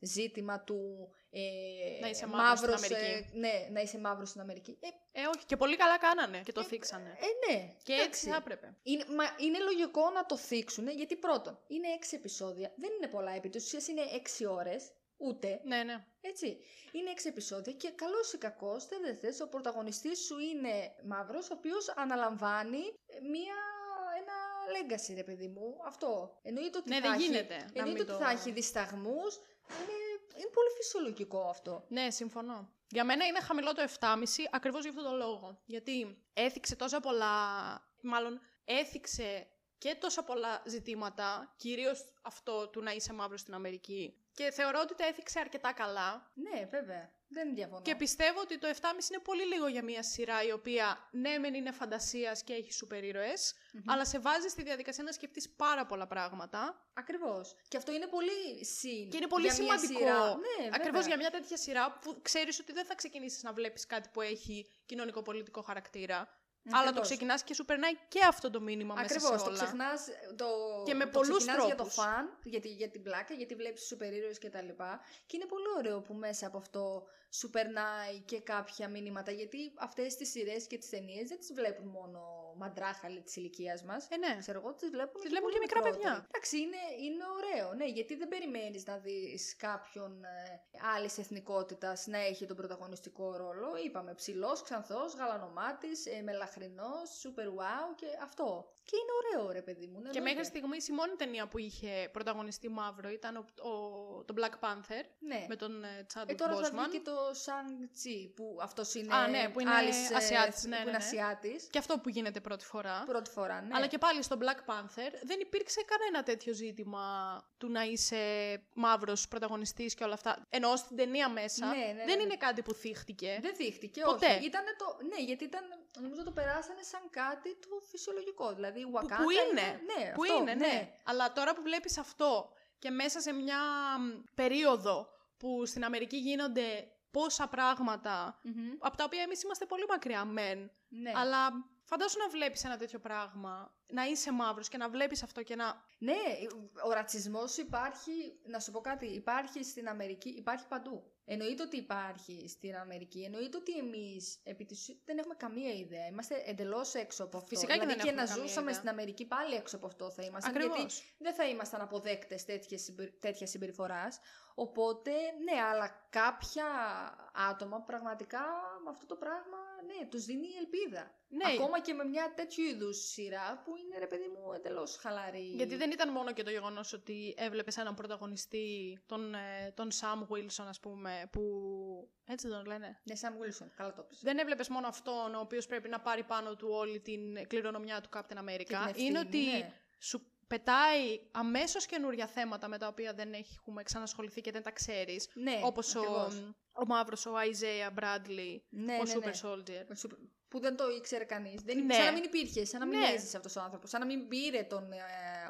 Speaker 2: ζήτημα του. Ε,
Speaker 1: Να είσαι μαύρος στην
Speaker 2: μαύρος,
Speaker 1: Αμερική.
Speaker 2: ε, ναι, να είσαι μαύρος στην Αμερική. Ε,
Speaker 1: Ε, όχι. Και πολύ καλά κάνανε και το θίξανε.
Speaker 2: ε, ναι.
Speaker 1: Και έτσι
Speaker 2: εντάξει.
Speaker 1: θα έπρεπε.
Speaker 2: Είναι, μα είναι λογικό να το θίξουν γιατί πρώτον, είναι έξι επεισόδια. Δεν είναι πολλά επί της ουσίας είναι έξι ώρες. Ούτε.
Speaker 1: Ναι, ναι.
Speaker 2: Έτσι. Είναι έξι επεισόδια και καλός ή κακός, θε δεν θες, ο πρωταγωνιστής σου είναι μαύρος, ο οποίος αναλαμβάνει ε, μία, ένα legacy, ρε παιδί μου. Αυτό. Εννοείται ότι
Speaker 1: Ναι,
Speaker 2: θα
Speaker 1: δεν
Speaker 2: έχει,
Speaker 1: γίνεται να
Speaker 2: Εννοείται
Speaker 1: μην
Speaker 2: ότι
Speaker 1: το-
Speaker 2: θα έχει δισταγμούς. Είναι, είναι πολύ φυσιολογικό αυτό.
Speaker 1: Ναι, συμφωνώ. Για μένα είναι χαμηλό το 7,5 ακριβώ γι' αυτόν τον λόγο. Γιατί έθιξε τόσα πολλά. Μάλλον έθιξε και τόσα πολλά ζητήματα, κυρίως αυτό του να είσαι μαύρος στην Αμερική. Και θεωρώ ότι τα έθιξε αρκετά καλά.
Speaker 2: Ναι, βέβαια. Δεν διαφωνώ.
Speaker 1: Και πιστεύω ότι το 7,5 είναι πολύ λίγο για μια σειρά η οποία ναι, μεν είναι φαντασίας και έχει σούπερ ήρωες,
Speaker 2: Μμμ.
Speaker 1: αλλά σε βάζει στη διαδικασία να σκεφτείς πάρα πολλά πράγματα.
Speaker 2: Ακριβώς. Και αυτό είναι πολύ συν.
Speaker 1: Και είναι πολύ
Speaker 2: για μια
Speaker 1: σημαντικό.
Speaker 2: σειρά. Ναι,
Speaker 1: Ακριβώ
Speaker 2: βέβαια.
Speaker 1: για μια τέτοια σειρά που ξέρεις ότι δεν θα ξεκινήσεις να βλέπεις κάτι που έχει κοινωνικό-πολιτικό χαρακτήρα. Αλλά το
Speaker 2: Ακριβώς.
Speaker 1: ξεκινάς και σου περνάει και αυτό το μήνυμα μέσα
Speaker 2: Ακριβώς.
Speaker 1: σε
Speaker 2: Το
Speaker 1: όλα.
Speaker 2: ξεχνάς. Το...
Speaker 1: Και με
Speaker 2: το
Speaker 1: πολλούς
Speaker 2: ξεκινάς για το
Speaker 1: τρόπους.
Speaker 2: φαν, για, τη- για την πλάκα, γιατί βλέπεις τους υπερήρωε και τα λοιπά. Και είναι πολύ ωραίο που μέσα από αυτό σου περνάει και κάποια μηνύματα. Γιατί αυτές τις σειρές και τις ταινίες δεν τις βλέπουν μόνο μαντράχαλοι της ηλικίας μας.
Speaker 1: Ε, ναι.
Speaker 2: Ξέρω εγώ, τις βλέπουν,
Speaker 1: Τις βλέπουν
Speaker 2: πολύ
Speaker 1: και μικρά
Speaker 2: μικρότεροι.
Speaker 1: παιδιά.
Speaker 2: Εντάξει, είναι, είναι ωραίο, ναι, γιατί δεν περιμένεις να δεις κάποιον άλλης εθνικότητας να έχει τον πρωταγωνιστικό ρόλο. Είπαμε ψηλός, ξανθός, γαλανομάτης, ε, μελαχ... ελαχρινό, super wow και αυτό. Και είναι ωραίο, ρε παιδί μου. ναι,
Speaker 1: Και μέχρι
Speaker 2: εννοείται.
Speaker 1: στιγμής η μόνη ταινία που είχε πρωταγωνιστή μαύρο ήταν ο, ο- το Black Panther
Speaker 2: Ναι.
Speaker 1: με τον ε,
Speaker 2: Ε,
Speaker 1: Chadwick
Speaker 2: τώρα θα
Speaker 1: Boseman.
Speaker 2: βγει και το Shang Chi που αυτός είναι,
Speaker 1: Α, ναι, που είναι
Speaker 2: άλλης, ε,
Speaker 1: Ασιάτης, ναι,
Speaker 2: που
Speaker 1: ναι,
Speaker 2: είναι
Speaker 1: ναι.
Speaker 2: Ασιάτης.
Speaker 1: Και αυτό που γίνεται πρώτη φορά.
Speaker 2: Πρώτη φορά, ναι.
Speaker 1: Αλλά και πάλι στο Black Panther δεν υπήρξε κανένα τέτοιο ζήτημα του να είσαι μαύρος πρωταγωνιστής και όλα αυτά. Ενώ στην ταινία μέσα
Speaker 2: Ναι, ναι, ναι,
Speaker 1: δεν
Speaker 2: ναι.
Speaker 1: είναι κάτι που θύχτηκε.
Speaker 2: Δεν δείχτηκε,
Speaker 1: Ποτέ.
Speaker 2: όχι. Ήτανε το... Ναι, γιατί ήταν, νομίζω το περάσανε σαν κάτι το φυσιολογικό. Δηλαδή, η
Speaker 1: Που,
Speaker 2: Wakanda
Speaker 1: που είναι.
Speaker 2: ήταν- ναι,
Speaker 1: που
Speaker 2: αυτό,
Speaker 1: είναι, ναι. Αλλά τώρα που βλέπεις αυτό και μέσα σε μια μ, περίοδο που στην Αμερική γίνονται πόσα πράγματα
Speaker 2: Μμμ,
Speaker 1: από τα οποία εμείς είμαστε πολύ μακριά μεν.
Speaker 2: ναι.
Speaker 1: Αλλά φαντάσου να βλέπεις ένα τέτοιο πράγμα, να είσαι μαύρος και να βλέπεις αυτό και να...
Speaker 2: Ναι, ο ρατσισμός υπάρχει, να σου πω κάτι, υπάρχει στην Αμερική, υπάρχει παντού. Εννοείται ότι υπάρχει στην Αμερική, εννοείται ότι εμείς επί της ουσίας, δεν έχουμε καμία ιδέα. Είμαστε εντελώς έξω από αυτό.
Speaker 1: Φυσικά και
Speaker 2: δηλαδή,
Speaker 1: δεν
Speaker 2: και
Speaker 1: έχουμε
Speaker 2: να
Speaker 1: καμία
Speaker 2: ζούσαμε
Speaker 1: ιδέα.
Speaker 2: στην Αμερική πάλι έξω από αυτό θα ήμασταν. Γιατί
Speaker 1: Ακριβώς.
Speaker 2: δεν θα ήμασταν αποδέκτες τέτοιες συμπερι- τέτοια συμπεριφοράς. Οπότε, ναι, αλλά κάποια άτομα που πραγματικά με αυτό το πράγμα, ναι, τους δίνει ελπίδα.
Speaker 1: Ναι,
Speaker 2: Ακόμα και με μια τέτοιου είδους σειρά που είναι, ρε παιδί μου, εντελώς χαλαρή.
Speaker 1: γιατί δεν ήταν μόνο και το γεγονός ότι έβλεπες έναν πρωταγωνιστή, τον, ε, τον Sam Wilson ας πούμε, που έτσι τον λένε,
Speaker 2: Ναι, Sam Wilson, καλά το πεις.
Speaker 1: δεν έβλεπες μόνο αυτόν ο οποίος πρέπει να πάρει πάνω του όλη την κληρονομιά του Captain America.
Speaker 2: Και την ευθύνη,
Speaker 1: είναι ότι
Speaker 2: ναι.
Speaker 1: σου πετάει αμέσως καινούργια θέματα με τα οποία δεν έχουμε ξανασχοληθεί και δεν τα ξέρεις.
Speaker 2: Ναι,
Speaker 1: Όπως Όπω
Speaker 2: ακριβώς.
Speaker 1: ο, ο μαύρος, ο Isaiah Bradley,
Speaker 2: Ναι,
Speaker 1: ο
Speaker 2: ναι,
Speaker 1: Super
Speaker 2: ναι.
Speaker 1: Soldier.
Speaker 2: Ο Super- Που δεν το ήξερε κανείς.
Speaker 1: Ναι.
Speaker 2: Σαν να μην υπήρχε, σαν να μην
Speaker 1: Ναι.
Speaker 2: έζησε αυτός ο άνθρωπος, σαν να μην πήρε τον ε,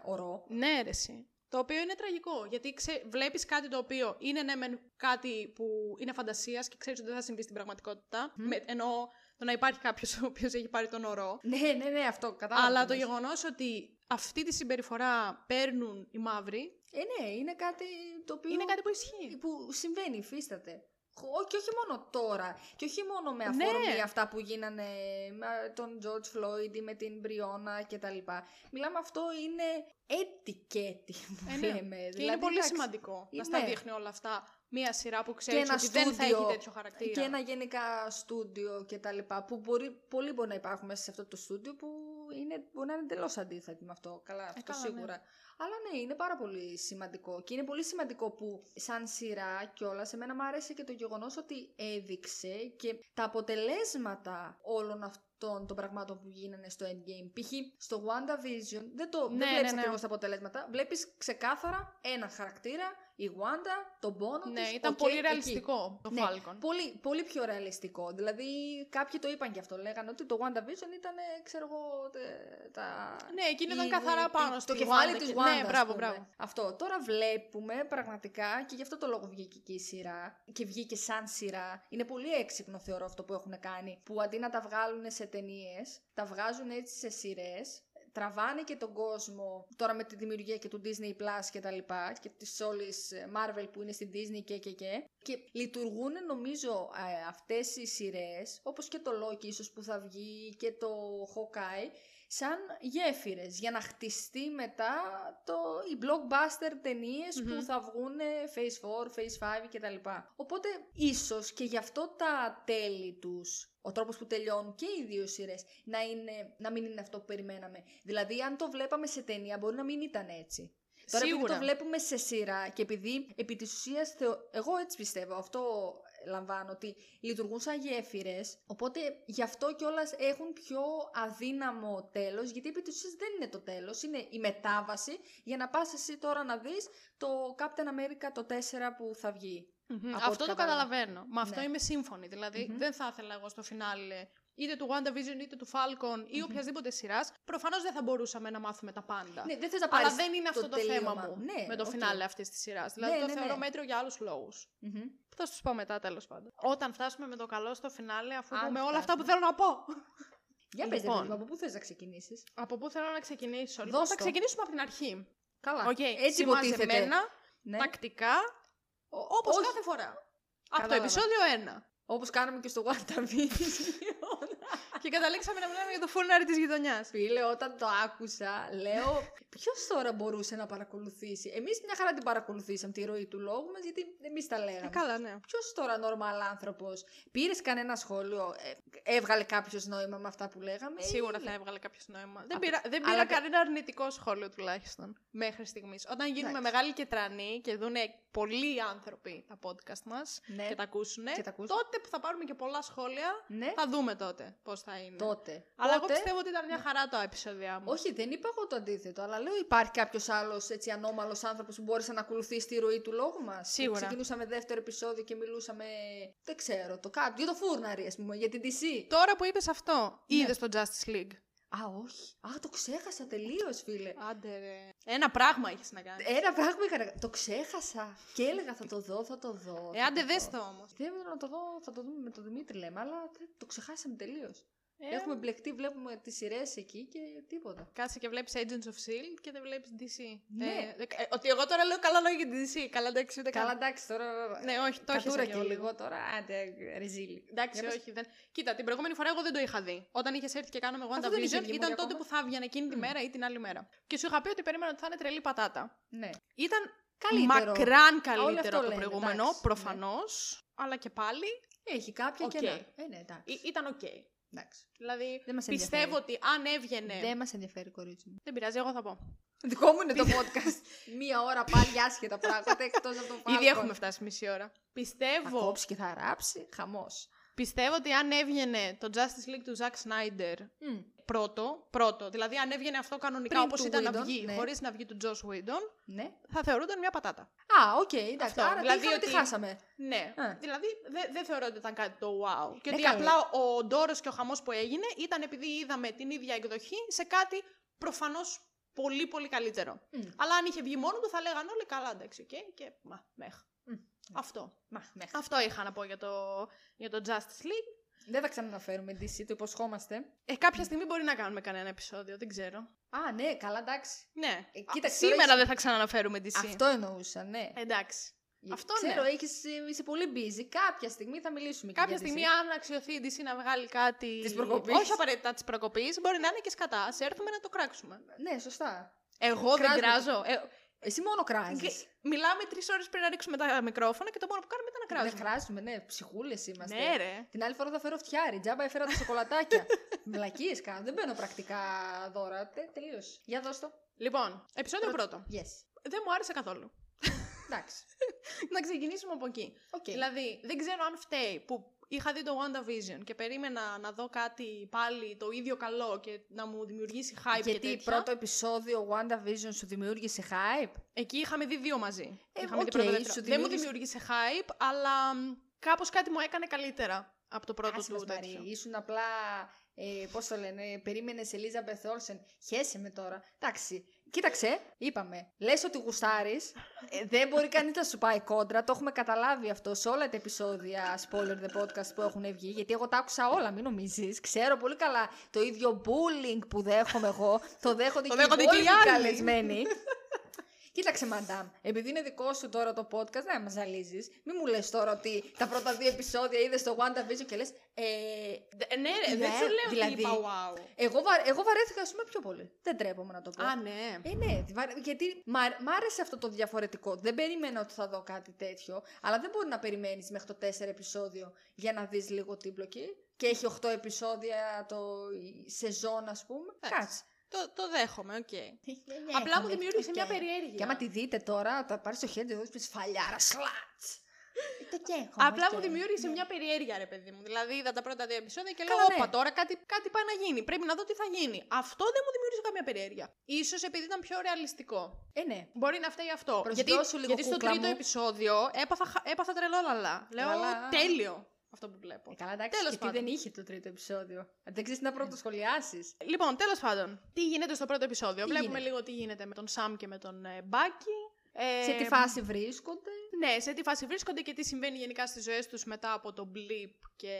Speaker 2: ορό.
Speaker 1: Ναι, ρε, συ. Το οποίο είναι τραγικό, γιατί ξε... βλέπεις κάτι το οποίο είναι ναι, μεν κάτι που είναι φαντασίας και ξέρεις ότι δεν θα συμβεί στην πραγματικότητα.
Speaker 2: Μμμ.
Speaker 1: Με- Ενώ το να υπάρχει κάποιος ο οποίος έχει πάρει τον ορό.
Speaker 2: Ναι, ναι, ναι, αυτό κατάλαβα.
Speaker 1: Αλλά
Speaker 2: τι
Speaker 1: το
Speaker 2: λες.
Speaker 1: γεγονός ότι αυτή τη συμπεριφορά παίρνουν οι μαύροι
Speaker 2: Ε, ναι, είναι κάτι το οποίο.
Speaker 1: είναι κάτι που ισχύει.
Speaker 2: Ε, που συμβαίνει, υφίσταται. Χω- Και όχι μόνο τώρα. Και όχι μόνο με
Speaker 1: Ναι.
Speaker 2: αφορμή αυτά που γίνανε με τον George Floyd ή με την Μπριόνα κτλ. Μιλάμε αυτό είναι ετικέτη που
Speaker 1: Ε, ναι.
Speaker 2: λέμε.
Speaker 1: Και
Speaker 2: Δηλαδή,
Speaker 1: είναι πολύ
Speaker 2: εντάξει,
Speaker 1: σημαντικό να
Speaker 2: ε,
Speaker 1: στα
Speaker 2: ναι.
Speaker 1: δείχνει όλα αυτά μία σειρά που ξέρεις
Speaker 2: ένα
Speaker 1: ότι δεν θα έχει
Speaker 2: στούντιο,
Speaker 1: τέτοιο χαρακτήρα. Ναι,
Speaker 2: Και ένα γενικά στούντιο και τα λοιπά που μπορεί, πολύ μπορεί να υπάρχουν μέσα σε αυτό το στούντιο που είναι, μπορεί να είναι εντελώς αντίθετη με αυτό. Καλά, αυτό
Speaker 1: καλά, ναι.
Speaker 2: σίγουρα. Αλλά ναι, είναι πάρα πολύ σημαντικό. Και είναι πολύ σημαντικό που, σαν σειρά κιόλας, εμένα μου άρεσε και το γεγονός ότι έδειξε και τα αποτελέσματα όλων αυτών των πραγμάτων που γίνανε στο endgame. Π.χ. στο WandaVision δεν το
Speaker 1: Ναι,
Speaker 2: δεν βλέπεις
Speaker 1: ναι, ναι.
Speaker 2: ακριβώς τα αποτελέσματα. Βλέπεις ξεκάθαρα ένα χαρακτήρα, η Wanda, τον πόνο
Speaker 1: Ναι,
Speaker 2: της,
Speaker 1: ήταν
Speaker 2: οκ,
Speaker 1: πολύ
Speaker 2: εκεί.
Speaker 1: ρεαλιστικό το
Speaker 2: Ναι,
Speaker 1: Falcon.
Speaker 2: Πολύ, πολύ πιο ρεαλιστικό. Δηλαδή, κάποιοι το είπαν και αυτό. Λέγανε ότι το WandaVision ήταν, ε, ξέρω εγώ, τε- τα.
Speaker 1: Ναι, εκείνη ήταν
Speaker 2: η-
Speaker 1: καθαρά
Speaker 2: η-
Speaker 1: πάνω
Speaker 2: ε, το
Speaker 1: στη
Speaker 2: κεφάλι
Speaker 1: Wanda
Speaker 2: της
Speaker 1: και-
Speaker 2: Wanda.
Speaker 1: ναι,
Speaker 2: ας
Speaker 1: μπράβο,
Speaker 2: πούμε.
Speaker 1: μπράβο.
Speaker 2: Αυτό. Τώρα βλέπουμε πραγματικά και γι' αυτό το λόγο βγήκε και η σειρά και βγήκε σαν σειρά. Είναι πολύ έξυπνο, θεωρώ, αυτό που έχουν κάνει. Που αντί να τα βγάλουν σε ταινίες, τα βγάζουν έτσι σε σειρές. Τραβάνε και τον κόσμο τώρα με τη δημιουργία και του Disney Plus και τα λοιπά και της όλης ε, Marvel που είναι στην Disney και και και και λειτουργούν νομίζω ε, αυτές οι σειρές όπως και το Loki ίσως που θα βγει και το Hawkeye σαν γέφυρες για να χτιστεί μετά το, οι blockbuster ταινιες
Speaker 1: Μμμ.
Speaker 2: που θα βγουν Phase 4, Phase 5 κτλ. Οπότε ίσως και γι' αυτό τα τέλη τους, ο τρόπος που τελειώνουν και οι δύο σειρές να, είναι, να μην είναι αυτό που περιμέναμε. Δηλαδή αν το βλέπαμε σε ταινία μπορεί να μην ήταν έτσι. Τώρα επειδή
Speaker 1: Σίγουρα.
Speaker 2: το βλέπουμε σε σειρά και επειδή επί της ουσίας θεω- εγώ έτσι πιστεύω, αυτό λαμβάνω ότι λειτουργούν σαν γέφυρες οπότε γι' αυτό κιόλας έχουν πιο αδύναμο τέλος γιατί επί της ουσίας δεν είναι το τέλος, είναι η μετάβαση για να πας εσύ τώρα να δεις το Captain America το 4 που θα βγει.
Speaker 1: Μμμ.
Speaker 2: από
Speaker 1: Αυτό
Speaker 2: ό,τι
Speaker 1: το καταλαβαίνω. Με αυτό
Speaker 2: Ναι.
Speaker 1: είμαι σύμφωνη. Δηλαδή,
Speaker 2: Μμμ.
Speaker 1: δεν θα ήθελα εγώ στο φινάλε είτε του WandaVision είτε του Falcon ή οποιασδήποτε σειράς. Προφανώς δεν θα μπορούσαμε να μάθουμε τα πάντα.
Speaker 2: Ναι, δεν θες να πάρεις
Speaker 1: Αλλά δεν είναι αυτό το, θέμα
Speaker 2: τελείωμα.
Speaker 1: μου
Speaker 2: Ναι,
Speaker 1: με το
Speaker 2: οκ.
Speaker 1: φινάλε αυτής της σειράς. Δηλαδή, το
Speaker 2: ναι,
Speaker 1: θεωρώ
Speaker 2: ναι.
Speaker 1: μέτριο για άλλους λόγους.
Speaker 2: Μμμ.
Speaker 1: Που θα σου πω μετά, τέλος πάντων. Όταν φτάσουμε με το καλό στο φινάλε, αφού
Speaker 2: Αν
Speaker 1: πούμε όλα
Speaker 2: φτάσουμε.
Speaker 1: αυτά που θέλω να πω.
Speaker 2: Για πες
Speaker 1: Λοιπόν.
Speaker 2: λοιπόν. από πού θες να ξεκινήσεις.
Speaker 1: από πού θέλω να ξεκινήσω. Λοιπόν,
Speaker 2: Δώσ'
Speaker 1: θα
Speaker 2: το.
Speaker 1: ξεκινήσουμε από την αρχή.
Speaker 2: Καλά,
Speaker 1: Οκ,
Speaker 2: έτσι υποτίθεται.
Speaker 1: συμμαζεμένα,
Speaker 2: Ναι.
Speaker 1: τακτικά,
Speaker 2: Ο-
Speaker 1: όπως
Speaker 2: όχι.
Speaker 1: κάθε φορά. Από το
Speaker 2: Κατάλαβα.
Speaker 1: επεισόδιο 1.
Speaker 2: Όπως κάναμε και στο WandaVision.
Speaker 1: Και καταλήξαμε να μιλάμε για το φούρναρι της γειτονιάς.
Speaker 2: Φίλε, όταν το άκουσα, λέω. Ποιος τώρα μπορούσε να παρακολουθήσει. Εμείς μια χαρά την παρακολουθήσαμε τη ροή του λόγου μας, γιατί εμείς τα λέγαμε.
Speaker 1: Ε, καλά, ναι.
Speaker 2: Ποιος τώρα normal άνθρωπος. Πήρες κανένα σχόλιο, ε, έβγαλε κάποιος νόημα με αυτά που λέγαμε. ή-
Speaker 1: Σίγουρα θα έβγαλε κάποιος νόημα. Δεν
Speaker 2: Απε-
Speaker 1: πήρα, δεν
Speaker 2: αλλά
Speaker 1: πήρα
Speaker 2: κα-
Speaker 1: κανένα αρνητικό σχόλιο τουλάχιστον μέχρι στιγμής. Όταν γίνουμε
Speaker 2: Εντάξει.
Speaker 1: μεγάλοι και τρανοί και δούνε πολλοί άνθρωποι τα podcast μας
Speaker 2: Ναι,
Speaker 1: και τα ακούσουνε,
Speaker 2: και τα ακούσουν.
Speaker 1: τότε που θα πάρουμε και πολλά σχόλια,
Speaker 2: ναι,
Speaker 1: θα δούμε τότε πώς θα είναι.
Speaker 2: τότε.
Speaker 1: Αλλά εγώ
Speaker 2: Τότε-
Speaker 1: πιστεύω ότι ήταν μια χαρά τα επεισόδια μου.
Speaker 2: Όχι, δεν είπα εγώ το αντίθετο, αλλά λέω υπάρχει κάποιος άλλος έτσι ανώμαλος άνθρωπος που μπόρεσε να ακολουθήσει τη ροή του λόγου μας.
Speaker 1: Σίγουρα.
Speaker 2: Ξεκινούσαμε δεύτερο επεισόδιο και μιλούσαμε. Δεν ξέρω, το κάτω. Για το φούρναρι, ας πούμε, για την DC.
Speaker 1: Τώρα που είπες αυτό,
Speaker 2: Ναι.
Speaker 1: είδες το Justice League.
Speaker 2: Α, όχι. Α, το ξέχασα τελείως, φίλε.
Speaker 1: Άντε ρε. Ένα πράγμα έχεις να κάνεις.
Speaker 2: Ένα πράγμα είχα να κα- Το ξέχασα. Και έλεγα θα το δω, θα το δω.
Speaker 1: Ε, άντε δες το όμως.
Speaker 2: Δεν να το δω, θα το δούμε με τον Δημήτρη, λέμε, αλλά τε- το ξεχάσαμε τελείως.
Speaker 1: Ε,
Speaker 2: Έχουμε μπλεχτεί, βλέπουμε τις σειρές εκεί και τίποτα.
Speaker 1: Κάτσε και βλέπεις Agents of Shield και δεν βλέπεις DC.
Speaker 2: Ναι.
Speaker 1: Ε, ε, ότι εγώ τώρα λέω καλά λόγια για την DC. Καλά, εντάξει, ούτε
Speaker 2: Καλά,
Speaker 1: καν.
Speaker 2: εντάξει, τώρα.
Speaker 1: Ε, Ναι, όχι, το έχεις
Speaker 2: Κατούρα
Speaker 1: και
Speaker 2: και
Speaker 1: λίγο.
Speaker 2: λίγο τώρα. Άντε, ρεζίλι.
Speaker 1: Εντάξει,
Speaker 2: Για πες.
Speaker 1: όχι. Δεν... Κοίτα, την προηγούμενη φορά εγώ δεν το είχα δει. Όταν είχες έρθει και κάναμε
Speaker 2: Αυτό δεν είχε
Speaker 1: WandaVision,
Speaker 2: βγει
Speaker 1: ήταν
Speaker 2: μόνο
Speaker 1: τότε
Speaker 2: ακόμα.
Speaker 1: που θα έβγαινε εκείνη τη
Speaker 2: Μμ.
Speaker 1: μέρα ή την άλλη μέρα. Και σου είχα πει ότι περίμενα ότι θα είναι τρελή πατάτα.
Speaker 2: Ναι.
Speaker 1: Ήταν
Speaker 2: Καλύτερο.
Speaker 1: μακράν
Speaker 2: Όλο αυτό
Speaker 1: καλύτερο από το
Speaker 2: λένε,
Speaker 1: προηγούμενο,
Speaker 2: εντάξει, ναι.
Speaker 1: προφανώς. Αλλά και πάλι
Speaker 2: Έχει κάποια
Speaker 1: Οκ.
Speaker 2: και κενά. Ε, ναι, εντάξει.
Speaker 1: ή- ήταν οκ.
Speaker 2: εντάξει.
Speaker 1: Δηλαδή,
Speaker 2: Δεν μας
Speaker 1: πιστεύω ότι αν έβγαινε.
Speaker 2: Δεν μας ενδιαφέρει, κορίτσι μου.
Speaker 1: Δεν πειράζει, εγώ θα πω.
Speaker 2: ναι. Δικό μου είναι (laughs) το podcast. Μία ώρα πάλι άσχετα πράγματα εκτός από το Falcon.
Speaker 1: Ήδη έχουμε φτάσει μισή ώρα.
Speaker 2: Θα
Speaker 1: Πιστεύω,
Speaker 2: κόψει και θα ράψει. Χαμός.
Speaker 1: πιστεύω ότι αν έβγαινε το Justice League του Zack Snyder πρώτο, πρώτο δηλαδή αν έβγαινε αυτό κανονικά
Speaker 2: Πριν
Speaker 1: όπως
Speaker 2: του
Speaker 1: ήταν να
Speaker 2: Whedon,
Speaker 1: βγει,
Speaker 2: ναι.
Speaker 1: χωρίς να βγει του Joss Whedon,
Speaker 2: Ναι.
Speaker 1: θα θεωρούνταν μια πατάτα.
Speaker 2: Α, οκ, εντάξει.
Speaker 1: Αυτό.
Speaker 2: Άρα
Speaker 1: Δηλαδή
Speaker 2: δηλαδή είχαμε,
Speaker 1: ότι-
Speaker 2: τι χάσαμε.
Speaker 1: Ναι.
Speaker 2: Α.
Speaker 1: Δηλαδή δε- δεν θεωρώ ότι ήταν κάτι το wow. Και
Speaker 2: Ναι,
Speaker 1: ότι
Speaker 2: καλά.
Speaker 1: απλά ο ντόρος και ο χαμός που έγινε ήταν επειδή είδαμε την ίδια εκδοχή σε κάτι προφανώς πολύ πολύ καλύτερο.
Speaker 2: Μμ.
Speaker 1: Αλλά αν είχε βγει μόνο του θα λέγανε όλοι καλά, εντάξει, οκ, και μα, μεχ.
Speaker 2: Μμ.
Speaker 1: Αυτό.
Speaker 2: Μα, ναι.
Speaker 1: Αυτό είχα να πω για το, για το Justice League.
Speaker 2: Δεν θα ξαναναφέρουμε DC, το υποσχόμαστε.
Speaker 1: Ε, κάποια στιγμή μπορεί να κάνουμε κανένα επεισόδιο, δεν ξέρω.
Speaker 2: Α, ναι, καλά, εντάξει.
Speaker 1: Ναι.
Speaker 2: Ε, κοίταξε, τώρα
Speaker 1: σήμερα
Speaker 2: έχεις-
Speaker 1: δεν θα ξαναναφέρουμε DC.
Speaker 2: Αυτό εννοούσα, ναι.
Speaker 1: Εντάξει.
Speaker 2: Γιατί
Speaker 1: αυτό
Speaker 2: ξέρω,
Speaker 1: ναι.
Speaker 2: έχεις, ε, είσαι πολύ busy. Κάποια στιγμή θα μιλήσουμε. και
Speaker 1: Κάποια
Speaker 2: για DC.
Speaker 1: στιγμή, αν αξιωθεί η DC να βγάλει κάτι.
Speaker 2: Της προκοπής.
Speaker 1: Όχι απαραίτητα της προκοπής, μπορεί να είναι και σκατά. Α έρθουμε να το κράξουμε.
Speaker 2: Ναι, σωστά.
Speaker 1: Εγώ δεν
Speaker 2: Κράζουμε.
Speaker 1: κράζω. Ε,
Speaker 2: Εσύ μόνο κράζεις.
Speaker 1: και- μιλάμε τρεις ώρες πριν να ρίξουμε τα μικρόφωνα και το μόνο που κάνουμε ήταν να
Speaker 2: Δεν
Speaker 1: κράζουμε.
Speaker 2: κράζουμε, ναι, ψυχούλες είμαστε.
Speaker 1: Ναι, ρε.
Speaker 2: Την άλλη φορά θα φέρω φτιάρι. Τζάμπα έφερα τα
Speaker 1: (laughs)
Speaker 2: σοκολατάκια. Βλακίες κάνω. Δεν μπαίνω πρακτικά δώρα. Τε, Τελείως. Για δώστο.
Speaker 1: Λοιπόν, επεισόδιο πρώτο.
Speaker 2: Yes.
Speaker 1: Δεν μου άρεσε καθόλου.
Speaker 2: Εντάξει.
Speaker 1: να ξεκινήσουμε από εκεί.
Speaker 2: Οκ.
Speaker 1: Δηλαδή, δεν ξέρω αν φταίει που είχα δει το WandaVision και περίμενα να δω κάτι πάλι το ίδιο καλό και να μου δημιουργήσει hype και
Speaker 2: Γιατί
Speaker 1: τέτοια.
Speaker 2: πρώτο επεισόδιο WandaVision σου δημιούργησε hype.
Speaker 1: Εκεί είχαμε δει δύο μαζί.
Speaker 2: Ε,
Speaker 1: είχαμε δει
Speaker 2: οκ,
Speaker 1: πρώτο,
Speaker 2: σου
Speaker 1: δεύτερο. Δεν μου
Speaker 2: δημιούργησε-
Speaker 1: δημιούργησε hype, αλλά μ, κάπως κάτι μου έκανε καλύτερα από το πρώτο
Speaker 2: Άσε
Speaker 1: του
Speaker 2: μας, Μαρία,
Speaker 1: τέτοιο.
Speaker 2: Ήσουν απλά. Ε, Πώς το λένε, περίμενες Ελίζα Μπεθόλσεν. Χέσε με τώρα. Εντάξει. Κοίταξε, είπαμε. Λες ότι γουστάρεις. Ε, δεν μπορεί κανείς να σου πάει κόντρα. Το έχουμε καταλάβει αυτό σε όλα τα επεισόδια spoiler the podcast που έχουν βγει. Γιατί εγώ τα άκουσα όλα, μην νομίζεις. Ξέρω πολύ καλά το ίδιο bullying που δέχομαι εγώ. Το δέχονται
Speaker 1: Το
Speaker 2: και
Speaker 1: δέχονται
Speaker 2: οι
Speaker 1: και οι
Speaker 2: υπόλοιποι
Speaker 1: άλλοι.
Speaker 2: καλεσμένοι. Κοίταξε, μαντάμ, επειδή είναι δικό σου τώρα το podcast, να μας ζαλίζεις. Μην μου λες τώρα ότι τα πρώτα δύο επεισόδια είδες στο WandaVision και λες. Ε,
Speaker 1: Ε, Ναι, ρε, δεν
Speaker 2: Ναι,
Speaker 1: σου λέω
Speaker 2: δηλαδή-
Speaker 1: ότι είπα wow.
Speaker 2: εγώ, βα... εγώ βαρέθηκα, ας πούμε, πιο πολύ. Δεν τρέπομαι να το πω.
Speaker 1: Α, ναι.
Speaker 2: Ε, ναι, βα- γιατί μ' αρ- μ' άρεσε αυτό το διαφορετικό. Δεν περίμενα ότι θα δω κάτι τέτοιο, αλλά δεν μπορεί να περιμένεις μέχρι το 4 επεισόδιο για να δεις λίγο την πλοκή. Και έχει 8 επεισόδια το η σεζόν, ας πούμε.
Speaker 1: Εντάξει.
Speaker 2: Κάτσε.
Speaker 1: Το, το δέχομαι, οκ. Απλά μου δημιούργησε μια περιέργεια.
Speaker 2: Και άμα τη δείτε τώρα, θα πάρει το χέρι και θα πεις φαλιάρα, σλάτ.
Speaker 1: Απλά μου δημιούργησε μια περιέργεια, ρε παιδί μου. Δηλαδή, είδα τα πρώτα δύο επεισόδια και λέω:
Speaker 2: Ναι. Καλά, ναι.
Speaker 1: Όπα, τώρα κάτι, κάτι πάει να γίνει. Πρέπει να δω τι θα γίνει. Αυτό δεν μου δημιούργησε καμία περιέργεια. σω επειδή ήταν πιο ρεαλιστικό.
Speaker 2: Ε, ναι.
Speaker 1: Μπορεί να φταίει αυτό.
Speaker 2: Προσδώσου
Speaker 1: Γιατί,
Speaker 2: λίγο,
Speaker 1: γιατί στο
Speaker 2: κούκλα
Speaker 1: τρίτο
Speaker 2: μου.
Speaker 1: επεισόδιο έπαθα, χα- έπαθα τρελό λαλά. Λέω
Speaker 2: Λαλά.
Speaker 1: τέλειο αυτό που βλέπω.
Speaker 2: Ε, καλά, εντάξει,
Speaker 1: Τέλος
Speaker 2: γιατί
Speaker 1: πάντων. Ε,
Speaker 2: δεν είχε το τρίτο επεισόδιο. Αν δεν ξέρεις να πρώτο σχολιάσεις.
Speaker 1: Λοιπόν, τέλος πάντων, τι γίνεται στο πρώτο επεισόδιο.
Speaker 2: Τι
Speaker 1: Βλέπουμε
Speaker 2: γίνεται.
Speaker 1: λίγο τι γίνεται με τον Σαμ και με τον ε, Μπάκι. Ε,
Speaker 2: Σε τι φάση βρίσκονται.
Speaker 1: Ναι, σε τι φάση βρίσκονται και τι συμβαίνει γενικά στις ζωές τους μετά από το blip και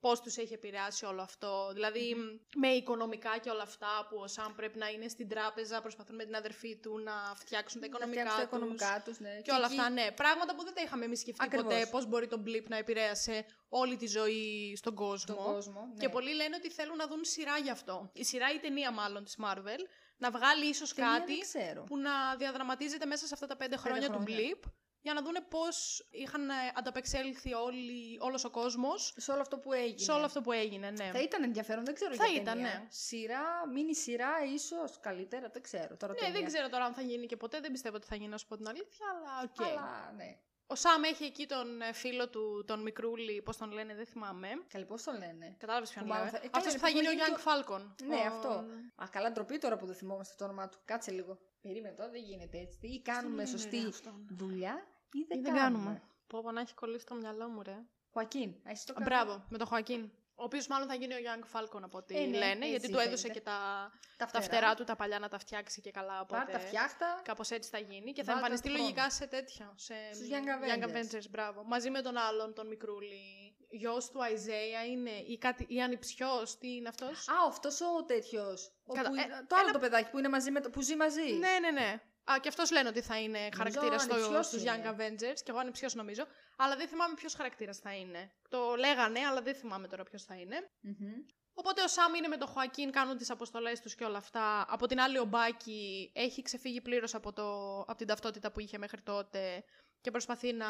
Speaker 1: πώς τους έχει επηρεάσει όλο αυτό. Δηλαδή, με οικονομικά και όλα αυτά που ο Σαμ πρέπει να είναι στην τράπεζα, προσπαθούν με την αδερφή του να φτιάξουν τα οικονομικά,
Speaker 2: τα
Speaker 1: τους
Speaker 2: οικονομικά τους, ναι.
Speaker 1: και όλα
Speaker 2: εκεί-
Speaker 1: αυτά, ναι. Πράγματα που δεν τα είχαμε εμείς σκεφτεί
Speaker 2: Ακριβώς.
Speaker 1: ποτέ, πώς μπορεί το blip να επηρέασε όλη τη ζωή στον κόσμο.
Speaker 2: Τον κόσμο. Ναι.
Speaker 1: Και πολλοί λένε ότι θέλουν να δουν σειρά γι' αυτό. Η σειρά ή ταινία μάλλον της Marvel, να βγάλει ίσως
Speaker 2: Ταινία
Speaker 1: κάτι
Speaker 2: Δεν ξέρω.
Speaker 1: που να διαδραματίζεται μέσα σε αυτά τα πέντε χρόνια,
Speaker 2: χρόνια.
Speaker 1: του Blip για να δούνε πώς είχαν ε, ανταπεξέλθει όλοι, όλος ο κόσμος
Speaker 2: Σε όλο αυτό που έγινε.
Speaker 1: σε όλο αυτό που έγινε, ναι.
Speaker 2: Θα ήταν ενδιαφέρον, δεν ξέρω
Speaker 1: Θα
Speaker 2: για
Speaker 1: ήταν,
Speaker 2: ταινία.
Speaker 1: ναι.
Speaker 2: Σειρά, μίνι σειρά, ίσως καλύτερα, δεν ξέρω. Τώρα
Speaker 1: Ναι, δεν
Speaker 2: ταινία.
Speaker 1: ξέρω τώρα αν θα γίνει και ποτέ, δεν πιστεύω ότι θα γίνει, να σου πω την αλήθεια, αλλά οκ.
Speaker 2: Αλλά ναι.
Speaker 1: Ο Σαμ έχει εκεί τον ε, φίλο του, τον Μικρούλη, πώς τον λένε, δεν θυμάμαι.
Speaker 2: Καλή, πώς το λένε.
Speaker 1: Κατάλαβες ποιον
Speaker 2: Που μάλλον
Speaker 1: λέω. ε?
Speaker 2: θα- ε, καλά,
Speaker 1: Αυτός που
Speaker 2: ρε,
Speaker 1: θα
Speaker 2: που
Speaker 1: γίνει ο
Speaker 2: γίνει
Speaker 1: Young Falcon.
Speaker 2: Ναι,
Speaker 1: Ο-
Speaker 2: αυτό. Α, καλά ντροπή τώρα που δεν θυμόμαστε το όνομά του. Κάτσε λίγο. Περίμενε τώρα, δεν γίνεται έτσι. Ή κάνουμε
Speaker 1: Πώς τον λένε,
Speaker 2: σωστή
Speaker 1: ρε, αυτόν?
Speaker 2: δουλειά ή δεν,
Speaker 1: Ή δεν κάνουμε. Πω, πω, να έχει κολλήσει το μυαλό μου, ρε.
Speaker 2: Χωακίν, α, εσύ το κάνεις.
Speaker 1: Μπράβο, με τον Χωακίν. Ο οποίος μάλλον θα γίνει ο Young Falcon από ό,τι
Speaker 2: Ε, ναι,
Speaker 1: λένε,
Speaker 2: έτσι
Speaker 1: γιατί του έδωσε
Speaker 2: φαίνεται.
Speaker 1: και τα,
Speaker 2: Τα
Speaker 1: τα φτερά του τα παλιά να τα φτιάξει και καλά. Οπότε
Speaker 2: Πάρ τα φτιάχτα.
Speaker 1: Κάπως έτσι θα γίνει και θα
Speaker 2: Βάλ' τα
Speaker 1: εμφανιστεί
Speaker 2: του χρόνου.
Speaker 1: λογικά σε τέτοια. Σε
Speaker 2: Στους Young Avengers.
Speaker 1: μπράβο. Μαζί με τον άλλον, τον Μικρούλη. Γιος του Αϊζέα είναι, ή, κάτι, ή ανιψιό, τι είναι αυτός.
Speaker 2: Α, αυτός ο τέτοιος.
Speaker 1: Κατα- ε,
Speaker 2: το άλλο το παιδάκι που, είναι μαζί με το, που ζει μαζί.
Speaker 1: Ναι, ναι, ναι. Α, και αυτός λένε ότι θα είναι χαρακτήρα στο,
Speaker 2: ανιψιός
Speaker 1: στους
Speaker 2: είναι.
Speaker 1: Young Avengers, και εγώ ανιψιό νομίζω. Αλλά δεν θυμάμαι ποιος χαρακτήρας θα είναι. Το λέγανε, αλλά δεν θυμάμαι τώρα ποιος θα είναι.
Speaker 2: Μμμ.
Speaker 1: Οπότε ο Σάμ είναι με τον Χωακίν, κάνουν τις αποστολές τους και όλα αυτά. Από την άλλη, ο Μπάκι έχει ξεφύγει πλήρως από, το, από την ταυτότητα που είχε μέχρι τότε και προσπαθεί να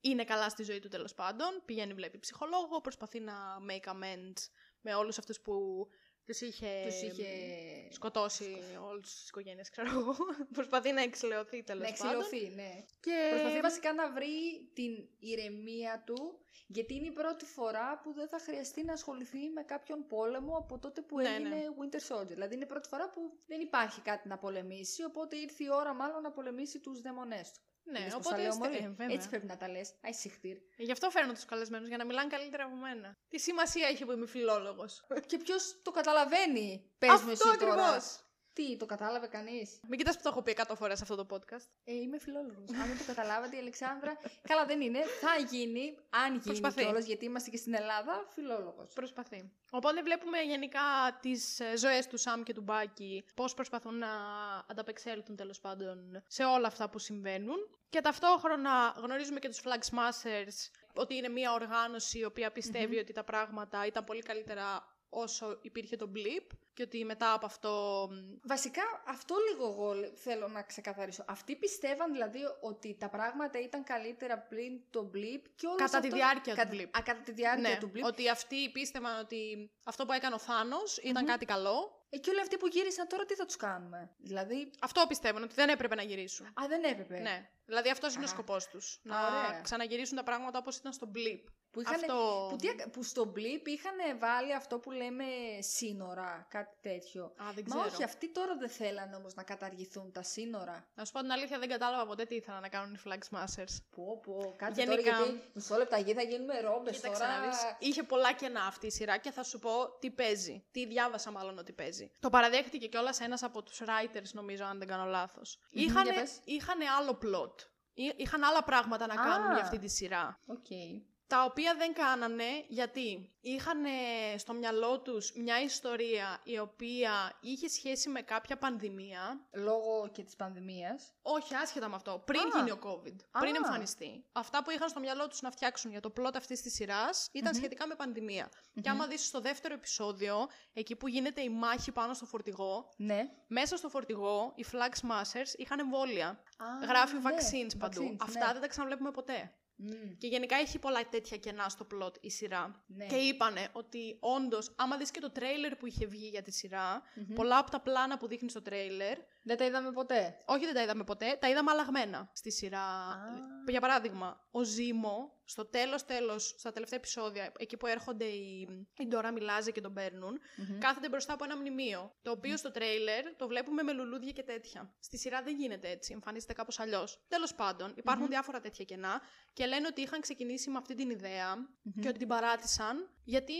Speaker 1: είναι καλά στη ζωή του τέλος πάντων. Πηγαίνει, βλέπει ψυχολόγο, προσπαθεί να make amends με όλους αυτούς που τους είχε,
Speaker 2: Τους είχε
Speaker 1: σκοτώσει όλε τις οικογένειες, ξέρω εγώ. (laughs) προσπαθεί να εξηλαιωθεί τέλος
Speaker 2: να
Speaker 1: πάντων.
Speaker 2: εξηλωθεί, ναι.
Speaker 1: Και...
Speaker 2: Προσπαθεί βασικά να βρει την ηρεμία του, γιατί είναι η πρώτη φορά που δεν θα χρειαστεί να ασχοληθεί με κάποιον πόλεμο από τότε που
Speaker 1: Ναι,
Speaker 2: έγινε
Speaker 1: ναι.
Speaker 2: Winter Soldier. Δηλαδή είναι η πρώτη φορά που δεν υπάρχει κάτι να πολεμήσει, οπότε ήρθε η ώρα μάλλον να πολεμήσει τους δαιμονές του.
Speaker 1: Ναι,
Speaker 2: Είδες πώς τα
Speaker 1: οπότε.
Speaker 2: λέω,
Speaker 1: στε-
Speaker 2: μωρή?
Speaker 1: ε, βέβαια.
Speaker 2: Έτσι πρέπει να τα λες. Αϊ, συχτήρ.
Speaker 1: Γι' αυτό φέρνω τους καλεσμένους, για να μιλάνε καλύτερα από μένα. Τι σημασία έχει που είμαι φιλόλογος.
Speaker 2: Και ποιος το καταλαβαίνει, πες μου εσύ
Speaker 1: Αυτό
Speaker 2: τώρα.
Speaker 1: ακριβώς.
Speaker 2: Τι, το κατάλαβε κανείς.
Speaker 1: Μην κοιτάς που το έχω πει 100 φορέ αυτό το podcast.
Speaker 2: Ε, είμαι φιλόλογος. Αν δεν το καταλάβατε, η Αλεξάνδρα. Καλά, δεν είναι. Θα γίνει, αν γίνει
Speaker 1: Προσπαθεί.
Speaker 2: κιόλας, γιατί είμαστε και στην Ελλάδα, φιλόλογος.
Speaker 1: Προσπαθεί. Οπότε βλέπουμε γενικά τις ζωές του Σαμ και του Μπάκι, πώς προσπαθούν να ανταπεξέλθουν τέλος πάντων σε όλα αυτά που συμβαίνουν. Και ταυτόχρονα γνωρίζουμε και τους Flag Smashers, ότι είναι μια οργάνωση η οποία πιστεύει ότι τα πράγματα ήταν πολύ καλύτερα όσο υπήρχε το blip και ότι μετά από αυτό
Speaker 2: Βασικά, αυτό λίγο εγώ θέλω να ξεκαθαρίσω. Αυτοί πιστεύαν δηλαδή ότι τα πράγματα ήταν καλύτερα πριν το blip και όλος
Speaker 1: Κατά τη
Speaker 2: αυτό-
Speaker 1: διάρκεια του
Speaker 2: Κα-
Speaker 1: blip.
Speaker 2: Α, κατά τη διάρκεια
Speaker 1: ναι,
Speaker 2: του blip.
Speaker 1: ότι αυτοί πίστευαν ότι αυτό που έκανε ο θανος ήταν
Speaker 2: Μμμ.
Speaker 1: κάτι καλό.
Speaker 2: Ε, και όλοι αυτοί που γύρισαν τώρα τι θα τους κάνουμε. Δηλαδή,
Speaker 1: Αυτό πιστεύουν, ότι δεν έπρεπε να γυρίσουν.
Speaker 2: α, δεν έπρεπε.
Speaker 1: Ναι. Δηλαδή αυτός είναι ο
Speaker 2: Ε. Α.
Speaker 1: σκοπός τους. Να
Speaker 2: Ωραία.
Speaker 1: ξαναγυρίσουν τα πράγματα όπως ήταν στο blip.
Speaker 2: Που, είχαν,
Speaker 1: Αυτό.
Speaker 2: που, τι ακα- που στο blip είχαν βάλει αυτό που λέμε σύνορα, κάτι τέτοιο.
Speaker 1: Α, δεν
Speaker 2: Μα
Speaker 1: ξέρω.
Speaker 2: όχι, αυτοί τώρα δεν θέλανε όμως να καταργηθούν τα σύνορα.
Speaker 1: Να σου πω την αλήθεια, δεν κατάλαβα ποτέ τι ήθελαν να κάνουν οι Flag Smashers.
Speaker 2: Πω, πω, κάτι
Speaker 1: Γενικά.
Speaker 2: τώρα, γιατί μισό λεπτά γιατί θα γίνουμε ρόμπες
Speaker 1: Κοίταξε
Speaker 2: τώρα.
Speaker 1: να δεις. Είχε πολλά κενά αυτή η σειρά και θα σου πω τι παίζει. Τι διάβασα μάλλον ότι παίζει. Το παραδέχτηκε κιόλας ένας από τους writers, νομίζω, αν δεν κάνω λάθος.
Speaker 2: Μμμ, για πες.
Speaker 1: Είχανε άλλο plot. Ή- Είχαν άλλα πράγματα να κάνουν
Speaker 2: Α.
Speaker 1: για αυτή τη σειρά.
Speaker 2: Οκ.
Speaker 1: τα οποία δεν κάνανε γιατί είχαν στο μυαλό τους μια ιστορία η οποία είχε σχέση με κάποια πανδημία.
Speaker 2: Λόγω και της πανδημίας.
Speaker 1: Όχι, άσχετα με αυτό. Πριν
Speaker 2: Α.
Speaker 1: γίνει ο COVID.
Speaker 2: Α.
Speaker 1: Πριν εμφανιστεί. Αυτά που είχαν στο μυαλό τους να φτιάξουν για το plot αυτής της σειράς ήταν
Speaker 2: Μμμ.
Speaker 1: σχετικά με πανδημία. Και
Speaker 2: Μμμ.
Speaker 1: άμα δεις στο δεύτερο επεισόδιο, εκεί που γίνεται η μάχη πάνω στο φορτηγό,
Speaker 2: Ναι.
Speaker 1: μέσα στο φορτηγό οι Flag Smashers είχαν εμβόλια. Γράφει
Speaker 2: ναι,
Speaker 1: vaccines παντού. Αυτά δεν τα ξαναβλέπουμε ποτέ. Και γενικά έχει πολλά τέτοια κενά στο plot η σειρά.
Speaker 2: Ναι.
Speaker 1: Και είπανε ότι όντως, άμα δεις και το τρέιλερ που είχε βγει για τη σειρά, πολλά από τα πλάνα που δείχνει στο τρέιλερ,
Speaker 2: Δεν τα είδαμε ποτέ.
Speaker 1: όχι δεν τα είδαμε ποτέ, τα είδαμε αλλαγμένα στη σειρά. Για παράδειγμα, ο Ζήμο, στο τέλος τέλος, στα τελευταία επεισόδια, εκεί που έρχονται οι, η Ντόρα Μιλάζε και τον παίρνουν, κάθεται μπροστά από ένα μνημείο. Το οποίο στο τρέιλερ το βλέπουμε με λουλούδια και τέτοια. Στη σειρά δεν γίνεται έτσι, εμφανίζεται κάπως αλλιώς. Τέλος πάντων, υπάρχουν
Speaker 2: Μμμ.
Speaker 1: διάφορα τέτοια κενά και λένε ότι είχαν ξεκινήσει με αυτή την ιδέα
Speaker 2: Μμμ.
Speaker 1: και ότι την παράτησαν γιατί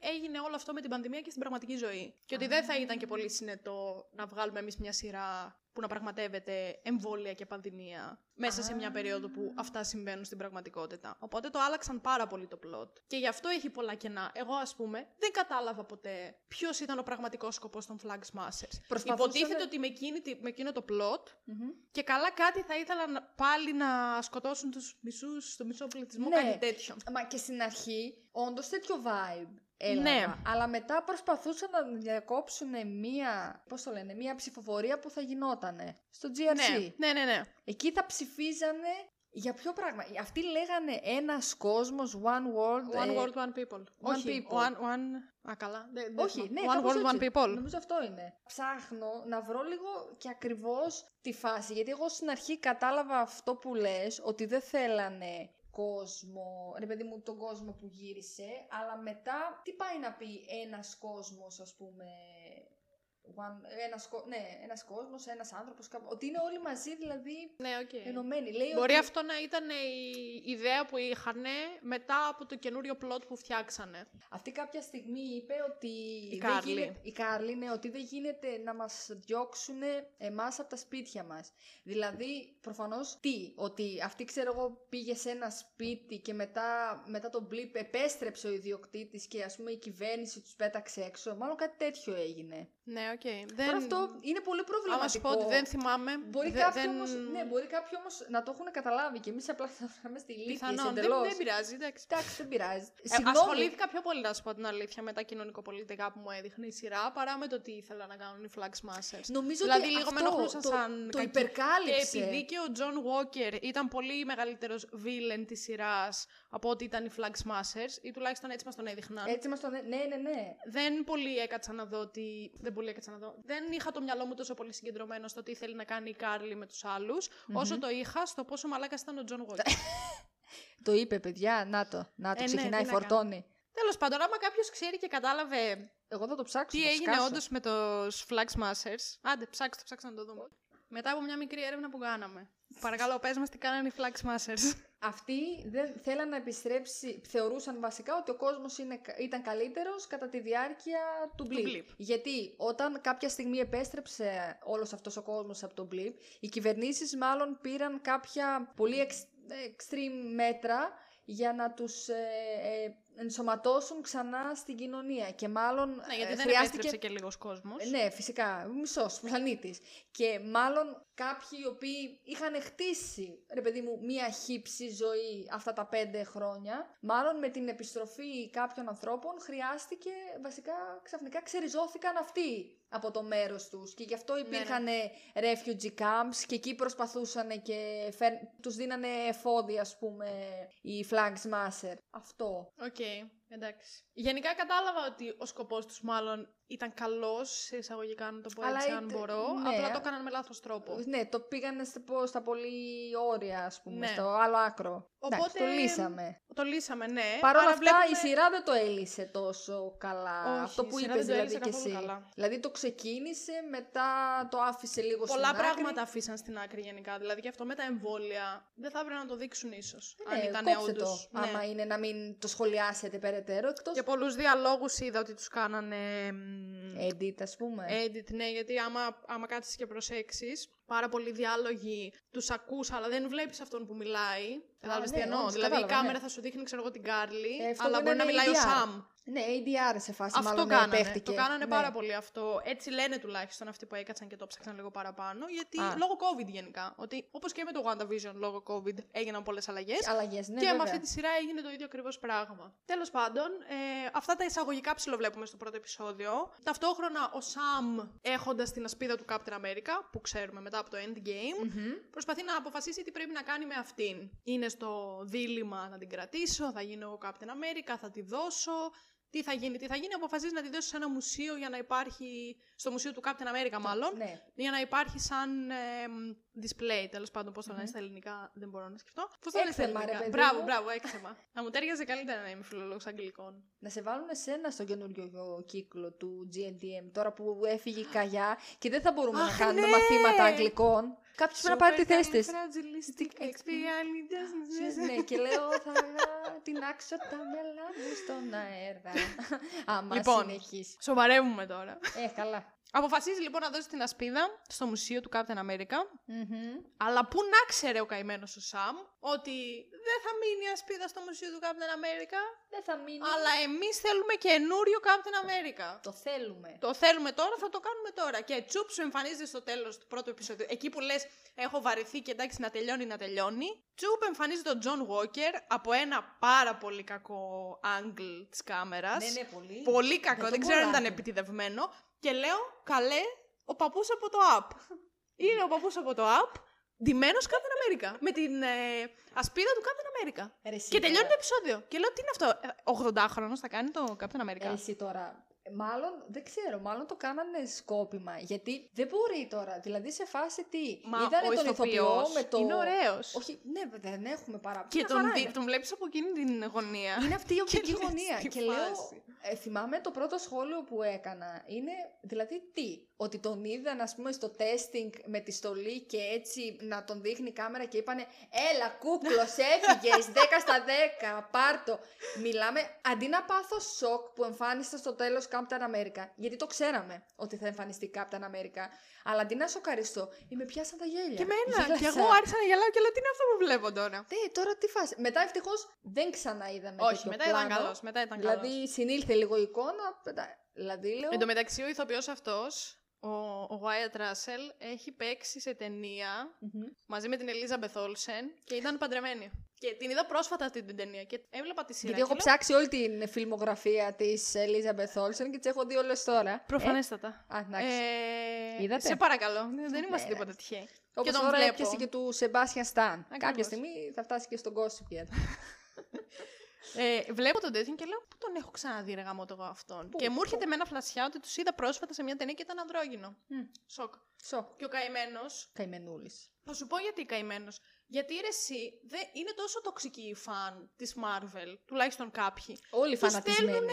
Speaker 1: έγινε όλο αυτό με την πανδημία και στην πραγματική ζωή. Και ότι δεν θα ήταν και πολύ συνετό να βγάλουμε εμείς μια σειρά σειρά που να πραγματεύεται εμβόλια και πανδημία μέσα σε μια περίοδο που αυτά συμβαίνουν στην πραγματικότητα. Οπότε το άλλαξαν πάρα πολύ το πλότ. Και γι' αυτό έχει πολλά κενά. Εγώ, ας πούμε, δεν κατάλαβα ποτέ ποιος ήταν ο πραγματικός σκοπός των Flag Smashers.
Speaker 2: Προσπαθούσαν-
Speaker 1: Υποτίθεται ότι με, εκείνη τη- με εκείνο το πλότ
Speaker 2: Μμμ.
Speaker 1: και καλά κάτι θα ήθελαν να- πάλι να σκοτώσουν τους μισούς, το μισό πληθυσμό,
Speaker 2: Ναι.
Speaker 1: κάτι τέτοιο.
Speaker 2: Μα και στην αρχή, όντως τέτοιο vibe έλαβα.
Speaker 1: Ναι.
Speaker 2: Αλλά μετά προσπαθούσαν να διακόψουν μία, πώς το λένε, μία ψηφοφορία που θα γινότανε στο GRC.
Speaker 1: Ναι, ναι, ναι, ναι.
Speaker 2: Εκεί θα ψηφίζανε για ποιο πράγμα. Αυτοί λέγανε ένας κόσμος, one world.
Speaker 1: One
Speaker 2: ε,
Speaker 1: world, one people.
Speaker 2: one
Speaker 1: Όχι,
Speaker 2: people.
Speaker 1: One, one... Α, καλά. δεν- δεν
Speaker 2: Όχι, ναι,
Speaker 1: θυμάμαι. One
Speaker 2: κάπως
Speaker 1: world, one
Speaker 2: έτσι.
Speaker 1: people.
Speaker 2: Νομίζω αυτό είναι. Ψάχνω να βρω λίγο και ακριβώς τη φάση. Γιατί εγώ στην αρχή κατάλαβα αυτό που λες, ότι δεν θέλανε κόσμο, ρε παιδί μου, τον κόσμο που γύρισε, αλλά μετά τι πάει να πει ένας κόσμος, ας πούμε, one, ένας, κο- ναι, ένας κόσμος, ένας άνθρωπος, κάπου, ότι είναι όλοι μαζί, δηλαδή,
Speaker 1: Ναι, οκ.
Speaker 2: ενωμένοι. Λέει
Speaker 1: Μπορεί
Speaker 2: ότι...
Speaker 1: αυτό να ήταν η ιδέα που είχαν μετά από το καινούριο plot που φτιάξανε.
Speaker 2: Αυτή κάποια στιγμή είπε ότι.
Speaker 1: Η
Speaker 2: δεν
Speaker 1: Κάρλη.
Speaker 2: γίνεται- η Κάρλη, ναι, ότι δεν γίνεται να μας διώξουν εμάς από τα σπίτια μας. Δηλαδή, προφανώς τι, ότι αυτή ξέρω εγώ πήγε σε ένα σπίτι και μετά, μετά τον μπλίπ επέστρεψε ο ιδιοκτήτης και ας πούμε η κυβέρνηση τους πέταξε έξω. Μάλλον κάτι τέτοιο έγινε.
Speaker 1: Ναι, οκ.
Speaker 2: Τώρα
Speaker 1: Δεν...
Speaker 2: αυτό είναι πολύ
Speaker 1: Άμα σου
Speaker 2: προβληματικό.
Speaker 1: πω ότι δεν θυμάμαι.
Speaker 2: Μπορεί,
Speaker 1: δε-
Speaker 2: κάποιοι
Speaker 1: δεν...
Speaker 2: όμως, ναι, μπορεί κάποιοι όμως να το έχουν καταλάβει και εμείς απλά να είμαστε ηλίθιες
Speaker 1: Πιθανόν. Δεν,
Speaker 2: εντελώς.
Speaker 1: δεν πειράζει, εντάξει.
Speaker 2: Εντάξει, δεν πειράζει.
Speaker 1: Ε, Ασχολήθηκα πιο πολύ, να σου πω την αλήθεια, με τα κοινωνικοπολιτικά που μου έδειχνε η σειρά παρά με το τι ήθελα να κάνουν οι Flag Smashers.
Speaker 2: Νομίζω
Speaker 1: Δηλαδή,
Speaker 2: ότι
Speaker 1: λίγο με
Speaker 2: αυτό
Speaker 1: ενοχλούσαν
Speaker 2: το,
Speaker 1: σαν
Speaker 2: το
Speaker 1: κακή-
Speaker 2: υπερκάλυψε.
Speaker 1: Και επειδή και ο Τζον Walker ήταν πολύ μεγαλύτερος villain της σειράς από ότι ήταν οι Flag Smashers, ή τουλάχιστον έτσι μας τον έδειχναν.
Speaker 2: Έτσι μας τον... Ναι, ναι, ναι.
Speaker 1: Δεν πολύ έκατσα να δω ότι. Δεν πολύ έκατσα να δω. Δεν είχα το μυαλό μου τόσο πολύ συγκεντρωμένο στο τι θέλει να κάνει η Κάρλι με τους αλλου όσο το είχα στο πόσο μαλάκας ήταν ο Τζον (laughs) Walker.
Speaker 2: Το είπε, παιδιά. Να το. Να
Speaker 1: Ε,
Speaker 2: το.
Speaker 1: ναι,
Speaker 2: ξεκινάει,
Speaker 1: τι να
Speaker 2: φορτώνει.
Speaker 1: Τέλος πάντων, άμα κάποιος ξέρει και κατάλαβε
Speaker 2: Εγώ θα το ψάξω.
Speaker 1: τι
Speaker 2: θα το
Speaker 1: έγινε
Speaker 2: σκάσω.
Speaker 1: όντως με του Flag Smashers. Άντε, ψάξτε, ψάξτε να το δούμε. Μετά από μια μικρή έρευνα που (laughs) κάναμε. Παρακαλώ, πες μας τι κάνανε οι Flag Smashers.
Speaker 2: Αυτοί δεν θέλαν να επιστρέψει. Θεωρούσαν βασικά ότι ο κόσμος ήταν καλύτερος κατά τη διάρκεια του
Speaker 1: Του
Speaker 2: blip.
Speaker 1: blip.
Speaker 2: Γιατί όταν κάποια στιγμή επέστρεψε όλος αυτός ο κόσμος από τον blip, οι κυβερνήσεις μάλλον πήραν κάποια πολύ εξ- extreme μέτρα για να τους ε, ε, ενσωματώσουν ξανά στην κοινωνία και μάλλον
Speaker 1: ναι, γιατί
Speaker 2: ε,
Speaker 1: δεν
Speaker 2: χρειάστηκε
Speaker 1: επέστρεψε και λίγος κόσμος.
Speaker 2: Ναι, φυσικά. Μισός πλανήτης. Και μάλλον κάποιοι οι οποίοι είχαν χτίσει, ρε παιδί μου, μία χύψη ζωή αυτά τα πέντε χρόνια, μάλλον με την επιστροφή κάποιων ανθρώπων χρειάστηκε βασικά ξαφνικά ξεριζώθηκαν αυτοί από το μέρος τους και γι' αυτό υπήρχαν refugee camps και εκεί προσπαθούσαν και φέρ... τους δίνανε εφόδια ας πούμε οι flag smasher. Αυτό.
Speaker 1: Οκ, εντάξει. Γενικά κατάλαβα ότι ο σκοπός τους μάλλον ήταν καλός, σε εισαγωγικά να το πω
Speaker 2: Αλλά
Speaker 1: έτσι αν
Speaker 2: είτε-
Speaker 1: μπορώ,
Speaker 2: ναι.
Speaker 1: απλά το έκαναν με λάθος τρόπο.
Speaker 2: Ναι, το πήγανε στα, πο- στα πολύ όρια, ας πούμε,
Speaker 1: Ναι.
Speaker 2: στο άλλο άκρο.
Speaker 1: Οπότε-
Speaker 2: Εντάξει, το λύσαμε.
Speaker 1: Το λύσαμε, ναι.
Speaker 2: Παρ' όλα
Speaker 1: άρα
Speaker 2: αυτά,
Speaker 1: βλέπουμε-
Speaker 2: η σειρά δεν το έλυσε τόσο καλά.
Speaker 1: Όχι,
Speaker 2: Αυτό
Speaker 1: η
Speaker 2: που
Speaker 1: σειρά
Speaker 2: είπες
Speaker 1: δεν το
Speaker 2: δηλαδή και
Speaker 1: έλυσε
Speaker 2: εσύ.
Speaker 1: καθόλου καλά.
Speaker 2: Δηλαδή το ξεκίνησε, μετά το άφησε λίγο στην
Speaker 1: Πολλά
Speaker 2: άκρη.
Speaker 1: πράγματα αφήσαν στην άκρη γενικά. Δηλαδή και αυτό με τα εμβόλια δεν θα έπρεπε να το δείξουν ίσως.
Speaker 2: Ναι,
Speaker 1: αν ήταν
Speaker 2: κόψτε
Speaker 1: όντως.
Speaker 2: το,
Speaker 1: ναι.
Speaker 2: άμα είναι να μην το σχολιάσετε περαιτέρω, εκτός
Speaker 1: Και πολλούς διαλόγους είδα ότι τους κάνανε. μ,
Speaker 2: edit, ας πούμε.
Speaker 1: Edit, ναι, γιατί άμα, άμα κάτσεις και προσέξεις, πάρα πολλοί διάλογοι τους ακούς, αλλά δεν βλέπεις αυτόν που μιλάει. Κατάλαβες
Speaker 2: ναι,
Speaker 1: τι εννοώ.
Speaker 2: όντως,
Speaker 1: Δηλαδή η
Speaker 2: κατάλαβα,
Speaker 1: κάμερα
Speaker 2: ναι.
Speaker 1: θα σου δείχνει, ξέρω εγώ, την Κάρλι,
Speaker 2: Ε, αυτό
Speaker 1: αλλά
Speaker 2: που
Speaker 1: μπορεί να
Speaker 2: είναι
Speaker 1: μιλάει ο
Speaker 2: ADR.
Speaker 1: Σαμ.
Speaker 2: Ναι, ADR σε φάση
Speaker 1: Αυτό
Speaker 2: μάλλον
Speaker 1: κάνανε.
Speaker 2: επέχτηκε.
Speaker 1: Το κάνανε
Speaker 2: Ναι.
Speaker 1: πάρα πολύ αυτό. Έτσι λένε τουλάχιστον αυτοί που έκατσαν και το ψάξαν λίγο παραπάνω. Γιατί
Speaker 2: Α.
Speaker 1: λόγω COVID γενικά. Ότι όπως και με το WandaVision λόγω COVID έγιναν πολλές αλλαγές.
Speaker 2: Αλλαγές, ναι,
Speaker 1: και με
Speaker 2: βέβαια.
Speaker 1: αυτή τη σειρά έγινε το ίδιο ακριβώς πράγμα. Τέλος πάντων, ε, αυτά τα εισαγωγικά ψιλοβλέπουμε στο πρώτο επεισόδιο. Ταυτόχρονα ο Σαμ, έχοντας την ασπίδα του Captain America, που ξέρουμε μετά από το Endgame,
Speaker 2: Μμμ.
Speaker 1: προσπαθεί να αποφασίσει τι πρέπει να κάνει με αυτήν. Είναι στο δίλημα να την κρατήσω, θα γίνω εγώ Captain America, θα τη δώσω. Τι θα γίνει, τι θα γίνει, αποφασίζεις να τη δώσεις σε ένα μουσείο για να υπάρχει. στο μουσείο του Captain America, μάλλον.
Speaker 2: Ναι.
Speaker 1: Για να υπάρχει σαν εμ, display, τέλος πάντων, πώς το λένε στα ελληνικά, δεν μπορώ να σκεφτώ. Πώς το λένε στα
Speaker 2: Έκθεμα, ρε
Speaker 1: ελληνικά.
Speaker 2: παιδί
Speaker 1: Μπράβο,
Speaker 2: μου.
Speaker 1: μπράβο, έξεμα. να μου τέριαζε καλύτερα να είμαι φιλολόγος αγγλικών.
Speaker 2: Να σε βάλουν εσένα στον καινούριο κύκλο του GNTM τώρα που έφυγε η καγιά και δεν θα μπορούμε
Speaker 1: Αχ,
Speaker 2: να κάνουμε
Speaker 1: ναι!
Speaker 2: μαθήματα αγγλικών. Κάποιο πρέπει να πάρει τη θέση της.
Speaker 1: Supercalifragilistic expialidocious.
Speaker 2: ναι, και λέω θα τεινάξω τα
Speaker 1: (laughs)
Speaker 2: μέλα μου στον αέρα. Άμα
Speaker 1: Λοιπόν.
Speaker 2: συνεχίσεις.
Speaker 1: Σοβαρεύουμε τώρα.
Speaker 2: Ε, καλά.
Speaker 1: Αποφασίζει λοιπόν να δώσει την ασπίδα στο μουσείο του Captain America. Αλλά πού να ξέρει ο καημένος ο Σαμ ότι δεν θα μείνει η ασπίδα στο μουσείο του Captain America,
Speaker 2: Δεν θα μείνει.
Speaker 1: αλλά εμείς θέλουμε καινούριο Captain America.
Speaker 2: Το θέλουμε.
Speaker 1: Το θέλουμε τώρα, θα το κάνουμε τώρα. Και τσουπ σου εμφανίζεται στο τέλος του πρώτου επεισοδίου. Εκεί που λες, έχω βαρεθεί και εντάξει να τελειώνει, να τελειώνει. Τσουπ εμφανίζεται ο Τζον Walker από ένα πάρα πολύ κακό angle της κάμερας.
Speaker 2: Ναι, Δεν είναι πολύ.
Speaker 1: Πολύ κακό,
Speaker 2: τον
Speaker 1: δεν, ξέρω αν ήταν
Speaker 2: μποράμε.
Speaker 1: επιτιδευμένο. Και λέω, καλέ, ο παππούς από το app. Είναι ο παππούς από το app, ντυμένος Captain America. Με την ε, ασπίδα του Captain America.
Speaker 2: Ρε εσύ
Speaker 1: Και
Speaker 2: τώρα.
Speaker 1: τελειώνει το επεισόδιο. Και λέω, τι είναι αυτό, 80χρονο θα κάνει το Captain
Speaker 2: Ρε
Speaker 1: America.
Speaker 2: Εσύ τώρα. Μάλλον, δεν ξέρω, μάλλον το κάνανε σκόπιμα. Γιατί δεν μπορεί τώρα. Δηλαδή σε φάση τι.
Speaker 1: Μα
Speaker 2: Είδανε
Speaker 1: ο
Speaker 2: τον ηθοποιός
Speaker 1: ηθοποιός
Speaker 2: με το.
Speaker 1: είναι ωραίος.
Speaker 2: Όχι, ναι, δεν έχουμε παράπονο.
Speaker 1: Και
Speaker 2: Μια
Speaker 1: τον,
Speaker 2: χαρά
Speaker 1: δι-
Speaker 2: είναι.
Speaker 1: τον βλέπεις από εκείνη την γωνία.
Speaker 2: Είναι
Speaker 1: (laughs)
Speaker 2: αυτή η οπτική
Speaker 1: λες
Speaker 2: γωνία.
Speaker 1: τι
Speaker 2: Και λέω,
Speaker 1: φάση.
Speaker 2: ε, θυμάμαι το πρώτο σχόλιο που έκανα είναι, δηλαδή τι, ότι τον είδαν ας πούμε στο τέστινγκ με τη στολή και έτσι να τον δείχνει η κάμερα και είπανε έλα κούκλος
Speaker 1: (laughs)
Speaker 2: έφυγες 10 στα 10 πάρτο. Μιλάμε αντί να πάθω σοκ που εμφάνισε στο τέλος Captain America, γιατί το ξέραμε ότι θα εμφανιστεί Captain America, αλλά αντί να σοκαριστώ, ή με πιάσαν τα γέλια.
Speaker 1: Και εμένα.
Speaker 2: Γέλασα.
Speaker 1: Και εγώ άρχισα να γελάω και λέω, τι είναι αυτό που βλέπω τώρα.
Speaker 2: Ναι, τώρα τι φάση. Μετά ευτυχώς δεν ξαναείδαμε
Speaker 1: Όχι,
Speaker 2: τέτοιο
Speaker 1: μετά ήταν
Speaker 2: πλάνο.
Speaker 1: καλός. Μετά ήταν καλός.
Speaker 2: Δηλαδή συνήλθε λίγο η εικόνα. πετά- Δηλαδή λέω.
Speaker 1: Εν τω μεταξύ, ο ηθοποιός αυτός, ο, ο Wyatt Russell, έχει παίξει σε ταινία
Speaker 2: Μμμ.
Speaker 1: μαζί με την Ελίζα Μπεθόλσεν και ήταν παντρεμένη. Και την είδα πρόσφατα αυτή την ταινία και έβλεπα τη σειρά.
Speaker 2: Γιατί έχω
Speaker 1: και λέω,
Speaker 2: ψάξει όλη την φιλμογραφία της Ελίζα Μπεθόλσεν και τις έχω δει όλες τώρα.
Speaker 1: Προφανέστατα.
Speaker 2: Ε, α, εντάξει.
Speaker 1: Ε,
Speaker 2: Είδατε?
Speaker 1: Σε παρακαλώ. Ναι, Δεν είμαστε
Speaker 2: Ναι,
Speaker 1: τίποτα τυχαίοι.
Speaker 2: Όπως
Speaker 1: τον
Speaker 2: τώρα
Speaker 1: βλέπω.
Speaker 2: έπιασε και του Σεμπάσια Σταν. Κάποια
Speaker 1: Ακριβώς.
Speaker 2: στιγμή θα φτάσει και στον Gossip
Speaker 1: (laughs)
Speaker 2: Girl.
Speaker 1: Ε, βλέπω τον τέτοιον και λέω Πού τον έχω ξαναδεί, ρε γαμότο εγώ αυτόν.
Speaker 2: Πού,
Speaker 1: και μου
Speaker 2: πού?
Speaker 1: έρχεται με ένα φλασιά ότι τους είδα πρόσφατα σε μια ταινία και ήταν ανδρόγυνο.
Speaker 2: Μμ.
Speaker 1: Σοκ.
Speaker 2: Σο.
Speaker 1: Και ο καημένος
Speaker 2: Καημενούλης.
Speaker 1: Θα σου πω γιατί καημένος. Γιατί ρε, εσύ δεν είναι τόσο τοξικοί οι φαν της Marvel, τουλάχιστον κάποιοι.
Speaker 2: Όλοι
Speaker 1: Τους
Speaker 2: φανατισμένοι.
Speaker 1: στέλνουν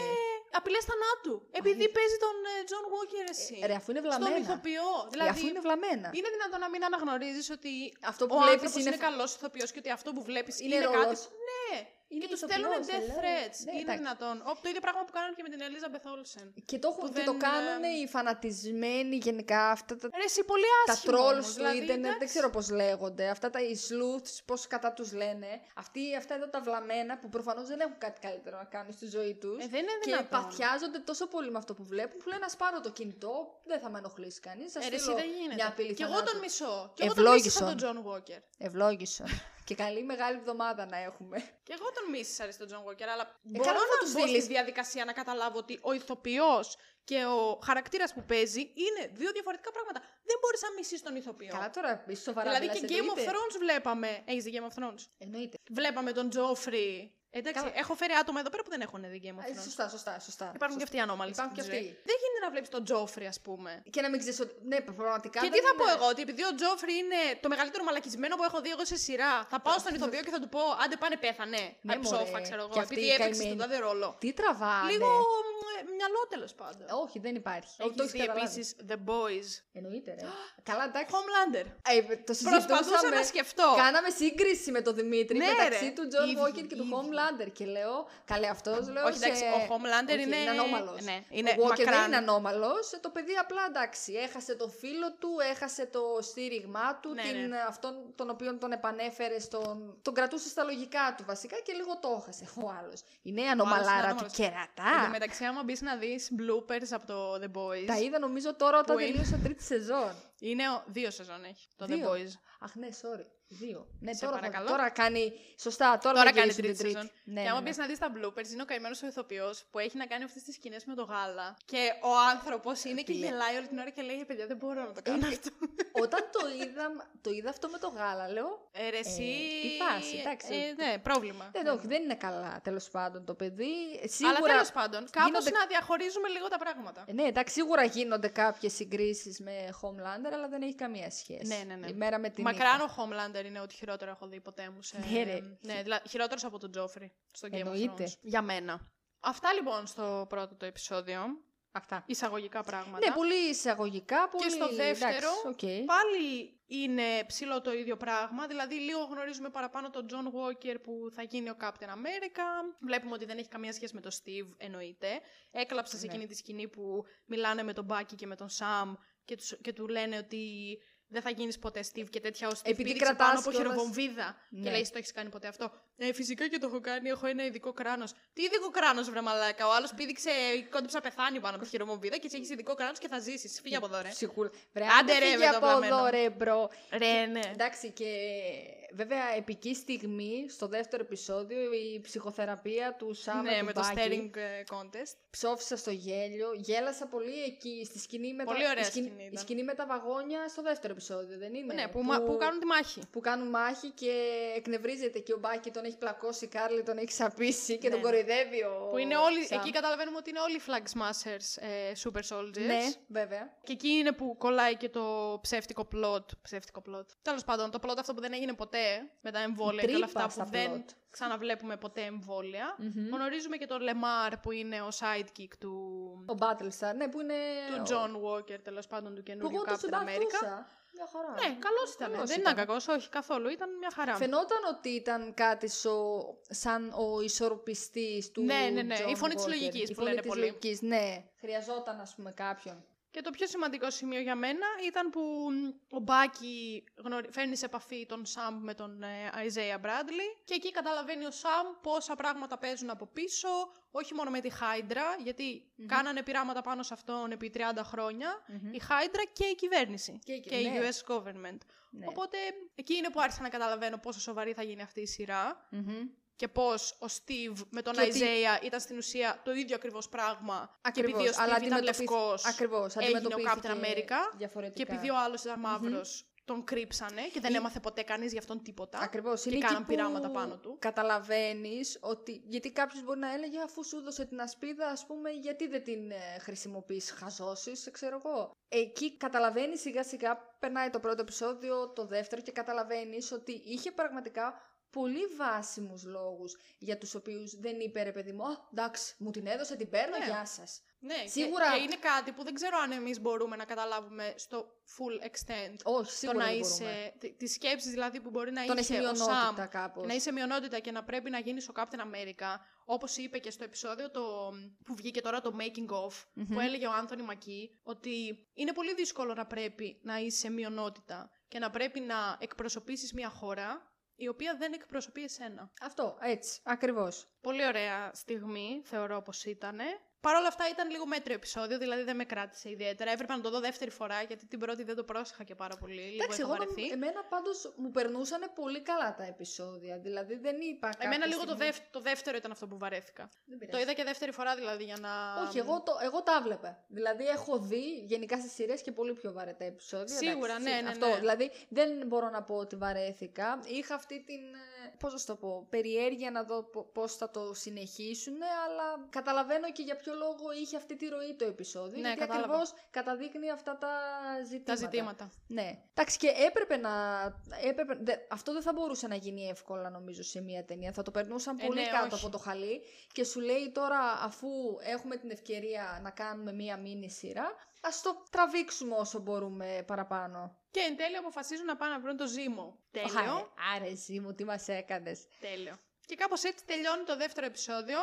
Speaker 1: απειλές θανάτου. Επειδή παίζει τον Τζον Walker εσύ.
Speaker 2: Ε, Ρε, αφού είναι
Speaker 1: Στον
Speaker 2: βλαμμένα.
Speaker 1: ηθοποιό.
Speaker 2: Ρε,
Speaker 1: Δηλαδή,
Speaker 2: αφού είναι βλαμμένα.
Speaker 1: είναι δυνατόν να μην αναγνωρίζεις ότι
Speaker 2: Αυτό που
Speaker 1: ο
Speaker 2: βλέπεις
Speaker 1: άνθρωπος είναι,
Speaker 2: είναι.
Speaker 1: είναι καλός ηθοποιός και ότι αυτό που βλέπεις
Speaker 2: Είναι
Speaker 1: είναι,
Speaker 2: ρόλος.
Speaker 1: κάτι. Ναι! και του στέλνουν
Speaker 2: ηθοποιός,
Speaker 1: death
Speaker 2: λέω.
Speaker 1: threats.
Speaker 2: Ναι,
Speaker 1: είναι
Speaker 2: εντάξει.
Speaker 1: δυνατόν. Όπου το ίδιο πράγμα που κάνουν και με την Ελίζα Μπεθόλσεν.
Speaker 2: Και το, έχουν,
Speaker 1: που
Speaker 2: και το
Speaker 1: δεν,
Speaker 2: κάνουν
Speaker 1: ε,
Speaker 2: οι φανατισμένοι γενικά αυτά τα
Speaker 1: Ρε, εσύ πολύ
Speaker 2: τα
Speaker 1: άσχημο.
Speaker 2: τρόλ
Speaker 1: όμως,
Speaker 2: του
Speaker 1: δηλαδή,
Speaker 2: ίντερνετ, δεν
Speaker 1: εντάξει.
Speaker 2: ξέρω πώς λέγονται. Αυτά τα οι sleuths, πώς κατά τους λένε. Αυτοί, αυτά εδώ τα βλαμμένα που προφανώς δεν έχουν κάτι καλύτερο να κάνουν στη ζωή τους.
Speaker 1: Ε, δεν είναι
Speaker 2: και
Speaker 1: δυνατόν.
Speaker 2: παθιάζονται τόσο πολύ με αυτό που βλέπουν που λένε Ας πάρω το κινητό, δεν θα με ενοχλήσει κανείς. Θα
Speaker 1: Ε, ρε, εσύ
Speaker 2: στείλω
Speaker 1: δεν γίνεται.
Speaker 2: μια απειλή.
Speaker 1: Κι εγώ
Speaker 2: θανάτου».
Speaker 1: τον μισώ. Κι εγώ τον μίσησα τον
Speaker 2: Ευλόγησον.
Speaker 1: Τζον Walker.
Speaker 2: Ευλόγησον. (laughs) και καλή μεγάλη εβδομάδα να έχουμε.
Speaker 1: Κι εγώ τον μίσησα ρε, στον Τζον Walker, αλλά
Speaker 2: Ε,
Speaker 1: μπορώ
Speaker 2: καλά, θα τους
Speaker 1: να μπω στη
Speaker 2: στείλεις.
Speaker 1: διαδικασία να καταλάβω ότι ο ηθοποιός και ο χαρακτήρας που παίζει είναι δύο διαφορετικά πράγματα. Δεν μπορείς να μισείς τον ηθοποιό.
Speaker 2: Καλά τώρα, είσαι σοβαρά.
Speaker 1: Ε, δηλαδή
Speaker 2: μιλάς,
Speaker 1: και Game of
Speaker 2: εννοείται.
Speaker 1: Thrones βλέπαμε. Έχεις δει Game of Thrones.
Speaker 2: Εννοείται.
Speaker 1: Βλέπαμε τον Τζόφρι. Εντάξει,
Speaker 2: Καλά.
Speaker 1: έχω φέρει άτομα εδώ πέρα που δεν έχουν δει Game of
Speaker 2: Ε,
Speaker 1: Thrones.
Speaker 2: Σωστά, σωστά. σωστά
Speaker 1: Υπάρχουν και αυτοί οι ανώμαλοι.
Speaker 2: Υπάρχουν
Speaker 1: στην
Speaker 2: και αυτοί.
Speaker 1: ζωή. Δεν γίνεται να βλέπεις τον Τζόφρι, ας πούμε.
Speaker 2: Και να μην ξέρεις ότι. Ναι, πραγματικά.
Speaker 1: Και
Speaker 2: δεν
Speaker 1: τι θα πω
Speaker 2: είναι-
Speaker 1: εγώ, ότι επειδή ο Τζόφρι είναι το μεγαλύτερο μαλακισμένο που έχω δει εγώ σε σειρά, θα πάω στον ηθοποιό και θα του πω: Άντε πάνε πέθανε. Ναι,
Speaker 2: Ναι, μωρέ.
Speaker 1: ψόφα, ξέρω
Speaker 2: Και
Speaker 1: εγώ,
Speaker 2: αυτή
Speaker 1: επειδή
Speaker 2: η
Speaker 1: έπαιξε
Speaker 2: καημένη.
Speaker 1: τον τάδε ρόλο.
Speaker 2: Τι τραβάνε.
Speaker 1: Λίγο μ, ε, μυαλό τέλος πάντων.
Speaker 2: ναι. Όχι, δεν υπάρχει.
Speaker 1: Έχεις
Speaker 2: το
Speaker 1: δει επίσης The Boys.
Speaker 2: Εννοείται, ρε. Καλά, εντάξει.
Speaker 1: Homelander.
Speaker 2: Ε, το
Speaker 1: Προσπαθούσα
Speaker 2: συζητούσαμε.
Speaker 1: να σκεφτώ.
Speaker 2: Κάναμε σύγκριση με τον Δημήτρη
Speaker 1: Ναι,
Speaker 2: μεταξύ
Speaker 1: ρε.
Speaker 2: του Τζον
Speaker 1: Ίδιοι,
Speaker 2: Βόκερ και του
Speaker 1: ίδιοι.
Speaker 2: Homelander. Και λέω, καλέ αυτός λέω.
Speaker 1: Όχι, εντάξει,
Speaker 2: σε-
Speaker 1: ο Homelander
Speaker 2: Όχι,
Speaker 1: είναι-
Speaker 2: είναι ανώμαλος.
Speaker 1: ναι, είναι
Speaker 2: ο Walker δεν
Speaker 1: μακράν.
Speaker 2: είναι ανώμαλος. Το παιδί απλά εντάξει. Έχασε το φίλο του, έχασε το στήριγμά του,
Speaker 1: Ναι,
Speaker 2: την,
Speaker 1: ναι.
Speaker 2: αυτόν τον οποίο τον επανέφερε, στον, τον κρατούσε στα λογικά του βασικά και λίγο το έχασε ο άλλος. Η νέα ανωμαλάρα του
Speaker 1: ανώμαλος. Εν τω
Speaker 2: κερατά.
Speaker 1: μεταξύ, άμα μπεις να δεις bloopers από το The Boys.
Speaker 2: Τα είδα νομίζω τώρα όταν
Speaker 1: Που είναι-
Speaker 2: τελείωσε τρίτη σεζόν.
Speaker 1: Είναι ο- δύο σεζόν έχει το
Speaker 2: Δύο.
Speaker 1: The Boys.
Speaker 2: Αχ, ναι, sorry. Δύο. Ναι,
Speaker 1: Σε
Speaker 2: τώρα, θα-
Speaker 1: παρακαλώ.
Speaker 2: τώρα κάνει. Σωστά, τώρα,
Speaker 1: Τώρα
Speaker 2: θα
Speaker 1: κάνει
Speaker 2: γυρίσουν
Speaker 1: τρίτη
Speaker 2: την τρίτη.
Speaker 1: σεζόν.
Speaker 2: Ναι,
Speaker 1: και
Speaker 2: ναι,
Speaker 1: άμα
Speaker 2: ναι.
Speaker 1: πεις να δεις τα bloopers, είναι ο καημένος ο ηθοποιός που έχει να κάνει αυτές τις σκηνές με το γάλα. Και ο άνθρωπος είναι και
Speaker 2: Φίλε.
Speaker 1: γελάει όλη την ώρα και λέει: «Ε, Παιδιά, δεν μπορώ να το κάνω
Speaker 2: Ε, (laughs)
Speaker 1: αυτό.
Speaker 2: Όταν το είδα, το είδα αυτό με το γάλα, λέω.
Speaker 1: Ε, ρε, εσύ.
Speaker 2: τι φάση, εντάξει.
Speaker 1: Ε, ναι, πρόβλημα.
Speaker 2: Δεν, όχι, δεν είναι καλά, τέλος πάντων το παιδί. Ε, Σίγουρα.
Speaker 1: Αλλά τέλος πάντων, κάπως
Speaker 2: γίνονται-
Speaker 1: να διαχωρίζουμε λίγο τα πράγματα.
Speaker 2: Ε, Ναι, εντάξει, σίγουρα γίνονται κάποιες συγκρίσεις με Homelander, αλλά δεν έχει καμία σχέση.
Speaker 1: Ναι, ναι, ναι.
Speaker 2: Η μέρα με την.
Speaker 1: Μακράν ο Homelander είναι ό,τι χειρότερο έχω δει ποτέ μου. Σε...
Speaker 2: Ναι, ρε.
Speaker 1: ναι δηλαδή χειρότερος από τον Τζόφρι στο Game of
Speaker 2: Εννοείται.
Speaker 1: Thrones. Για μένα. Αυτά λοιπόν στο πρώτο το επεισόδιο.
Speaker 2: Αυτά.
Speaker 1: εισαγωγικά πράγματα.
Speaker 2: Ναι, πολύ εισαγωγικά, πολύ... στο δεύτερο, εντάξει, οκ.
Speaker 1: Πάλι είναι ψηλό το ίδιο πράγμα, δηλαδή λίγο γνωρίζουμε παραπάνω τον John Walker που θα γίνει ο Captain America. Βλέπουμε ότι δεν έχει καμία σχέση με τον Steve, εννοείται. Έκλαψα σε
Speaker 2: Ναι.
Speaker 1: εκείνη τη σκηνή που μιλάνε με τον Bucky και με τον Sam και, τους, και του λένε ότι δεν θα γίνεις ποτέ Steve και τέτοια. Ο Steve
Speaker 2: Επειδή
Speaker 1: πήδηξε
Speaker 2: κρατάς
Speaker 1: πάνω από
Speaker 2: κιόλας.
Speaker 1: χειροβομβίδα και
Speaker 2: Ναι.
Speaker 1: λέει, το έχεις κάνει ποτέ αυτό. Ε, φυσικά και το έχω κάνει, έχω ένα ειδικό κράνος. Τι ειδικό κράνος βρε μαλάκα, ο άλλος πήδηξε, κόντυψε να πεθάνει πάνω από τη χειροβομβίδα και έτσι έχεις ειδικό κράνος και θα ζήσεις. Φύγε από εδώ ρε.
Speaker 2: Ψυχούλα. Βρε,
Speaker 1: Άντε,
Speaker 2: άντε,
Speaker 1: ρε,
Speaker 2: φύγε
Speaker 1: με το
Speaker 2: από εδώ
Speaker 1: βλαμμένο.
Speaker 2: ρε μπρο.
Speaker 1: Ρε, ναι.
Speaker 2: Εντάξει και βέβαια επική στιγμή στο δεύτερο επεισόδιο η ψυχοθεραπεία του Σάμ
Speaker 1: ναι, με το
Speaker 2: Μπάκη.
Speaker 1: staring ε, contest.
Speaker 2: Ψόφισα στο γέλιο, γέλασα πολύ εκεί στη σκηνή με,
Speaker 1: Πολύ
Speaker 2: τα...
Speaker 1: ωραία
Speaker 2: η σκηνή,
Speaker 1: σκηνή
Speaker 2: η
Speaker 1: ήταν.
Speaker 2: σκηνή με τα βαγόνια στο δεύτερο επεισόδιο, δεν είναι.
Speaker 1: Ναι, που, μα- που κάνουν τη μάχη.
Speaker 2: που κάνουν μάχη και εκνευρίζεται και ο Μπάκη τον έχει πλακώσει, η Κάρλη τον έχει σαπίσει και
Speaker 1: Ναι,
Speaker 2: τον
Speaker 1: ναι.
Speaker 2: κοροϊδεύει ο
Speaker 1: Που είναι όλοι,
Speaker 2: Σαμ.
Speaker 1: εκεί καταλαβαίνουμε ότι είναι όλοι flag smashers, ε, super soldiers.
Speaker 2: Ναι, βέβαια.
Speaker 1: Και εκεί είναι που κολλάει και το ψεύτικο plot. Ψεύτικο plot. Τέλος πάντων, το plot αυτό που δεν έγινε ποτέ με τα εμβόλια και όλα
Speaker 2: τρύπα
Speaker 1: αυτά
Speaker 2: στα
Speaker 1: που δεν
Speaker 2: plot.
Speaker 1: ξαναβλέπουμε ποτέ εμβόλια. Γνωρίζουμε και τον Λεμάρ που είναι ο sidekick του,
Speaker 2: Ο Battlestar, ναι, που είναι... ο-
Speaker 1: του John Walker, τέλος πάντων του
Speaker 2: Που
Speaker 1: καινούριου
Speaker 2: εγώ τον
Speaker 1: Captain America.
Speaker 2: συμπαθούσα. Μια χαρά.
Speaker 1: Ναι, καλός ήταν.
Speaker 2: Καλός
Speaker 1: δεν ήταν κακός, όχι καθόλου. Ήταν μια χαρά.
Speaker 2: Φαινόταν ότι ήταν κάτι σο- σαν ο ισορροπιστής του.
Speaker 1: Ναι, ναι, ναι.
Speaker 2: John
Speaker 1: Η φωνή της
Speaker 2: Walker.
Speaker 1: λογικής
Speaker 2: Η
Speaker 1: που λένε
Speaker 2: φωνή της
Speaker 1: πολλοί.
Speaker 2: λογικής, ναι. Χρειαζόταν, ας πούμε, κάποιον.
Speaker 1: Και το πιο σημαντικό σημείο για μένα ήταν που μ, ο Μπάκι γνωρι- φέρνει σε επαφή τον Σαμ με τον ε, Isaiah Bradley και εκεί καταλαβαίνει ο Σαμ πόσα πράγματα παίζουν από πίσω, όχι μόνο με τη χαιντρα γιατί
Speaker 2: Μμμ.
Speaker 1: κάνανε πειράματα πάνω σε αυτόν επί 30 χρόνια, η Χάιντρα και η κυβέρνηση
Speaker 2: Και η-
Speaker 1: η
Speaker 2: ναι.
Speaker 1: US government.
Speaker 2: Ναι.
Speaker 1: Οπότε εκεί είναι που άρχισα να καταλαβαίνω πόσο σοβαρή θα γίνει αυτή η σειρά
Speaker 2: Μμμ.
Speaker 1: και πώς ο Steve με τον
Speaker 2: Και ότι-
Speaker 1: Isaiah ήταν στην ουσία το ίδιο ακριβώς πράγμα και επειδή ο
Speaker 2: Ακριβώς,
Speaker 1: Steve
Speaker 2: αλλά
Speaker 1: ήταν
Speaker 2: αντιμετωπίθ-
Speaker 1: λευκός
Speaker 2: Ακριβώς,
Speaker 1: έγινε ο
Speaker 2: αντιμετωπίστηκε
Speaker 1: Captain America Και
Speaker 2: διαφορετικά.
Speaker 1: επειδή ο άλλος ήταν μαύρος, τον κρύψανε και δεν έμαθε ποτέ κανείς για αυτόν τίποτα.
Speaker 2: Ακριβώς,
Speaker 1: και
Speaker 2: είναι εκεί
Speaker 1: κάναν
Speaker 2: που
Speaker 1: πειράματα πάνω του.
Speaker 2: καταλαβαίνεις ότι... Γιατί κάποιος μπορεί να έλεγε αφού σου έδωσε την ασπίδα, ας πούμε, γιατί δεν την ε, χρησιμοποιείς, χαζώσεις, ξέρω εγώ. Εκεί καταλαβαίνεις σιγά σιγά, περνάει το πρώτο επεισόδιο, το δεύτερο και καταλαβαίνεις ότι είχε πραγματικά πολύ βάσιμους λόγους για τους οποίους δεν είπε ρε παιδί μου, «Α, εντάξει, μου την έδωσε, την παίρνω,
Speaker 1: Ναι.
Speaker 2: γεια σας.
Speaker 1: Ναι, και-
Speaker 2: Σίγουρα.
Speaker 1: Και, είναι κάτι που δεν ξέρω αν εμείς μπορούμε να καταλάβουμε στο full extent.
Speaker 2: Όχι,
Speaker 1: το
Speaker 2: σίγουρα
Speaker 1: να
Speaker 2: δεν μπορούμε.
Speaker 1: είσαι. Τις σκέψεις δηλαδή που μπορεί να
Speaker 2: Τον έχει
Speaker 1: είσαι ο Σαμ.
Speaker 2: μειονότητα κάπως.
Speaker 1: Να είσαι μειονότητα και να πρέπει να γίνεις ο Captain America. Όπως είπε και στο επεισόδιο το, που βγήκε τώρα το Making of,
Speaker 2: Μμμ.
Speaker 1: που έλεγε ο Άνθονη Μακί, ότι είναι πολύ δύσκολο να πρέπει να είσαι μειονότητα και να πρέπει να εκπροσωπήσεις μια χώρα η οποία δεν εκπροσωπεί εσένα.
Speaker 2: Αυτό, έτσι, ακριβώς.
Speaker 1: Πολύ ωραία στιγμή, θεωρώ πως ήτανε. Παρ' όλα αυτά ήταν λίγο μέτριο επεισόδιο, δηλαδή δεν με κράτησε ιδιαίτερα. Έπρεπε να το δω δεύτερη φορά, γιατί την πρώτη δεν το πρόσεχα και πάρα πολύ. Λίγο
Speaker 2: Εντάξει,
Speaker 1: έχω
Speaker 2: εγώ
Speaker 1: βαρεθεί.
Speaker 2: νομι- εμένα πάντως μου περνούσαν πολύ καλά τα επεισόδια. Δηλαδή δεν είπα κάποια
Speaker 1: Εμένα λίγο το,
Speaker 2: στιγμή-
Speaker 1: δεύ- το δεύτερο ήταν αυτό που βαρέθηκα.
Speaker 2: Δεν πειράζει.
Speaker 1: Το είδα και δεύτερη φορά δηλαδή για να...
Speaker 2: Όχι, εγώ, το, εγώ τα βλέπα. Δηλαδή έχω δει γενικά στις σειρές και πολύ πιο βαρετά επεισόδια.
Speaker 1: Σίγουρα,
Speaker 2: Εντάξει,
Speaker 1: ναι, ναι,
Speaker 2: Αυτό,
Speaker 1: ναι.
Speaker 2: δηλαδή δεν μπορώ να πω ότι βαρέθηκα. Είχα αυτή την, ε, πώς να σου το πω, περιέργεια να δω πο- πώς θα το συνεχίσουν, αλλά καταλαβαίνω και για ποιο λόγο είχε αυτή τη ροή το επεισόδιο.
Speaker 1: Ναι,
Speaker 2: γιατί
Speaker 1: κατάλαβα.
Speaker 2: ακριβώς καταδείκνει αυτά τα ζητήματα.
Speaker 1: Τα ζητήματα.
Speaker 2: Ναι. Εντάξει, και έπρεπε να. Έπρεπε, δε, αυτό δεν θα μπορούσε να γίνει εύκολα, νομίζω, σε μία ταινία. Θα το περνούσαν
Speaker 1: Ε,
Speaker 2: πολύ
Speaker 1: ναι,
Speaker 2: κάτω
Speaker 1: όχι.
Speaker 2: από το χαλί. Και σου λέει τώρα, αφού έχουμε την ευκαιρία να κάνουμε μία μίνι σειρά, ας το τραβήξουμε όσο μπορούμε παραπάνω.
Speaker 1: Και εν τέλει αποφασίζουν να πάνε να βρουν το Ζήμο. Τέλειο.
Speaker 2: Άρε, άρεση μου, τι μας έκανες.
Speaker 1: Τέλειο. Και κάπως έτσι τελειώνει το δεύτερο επεισόδιο.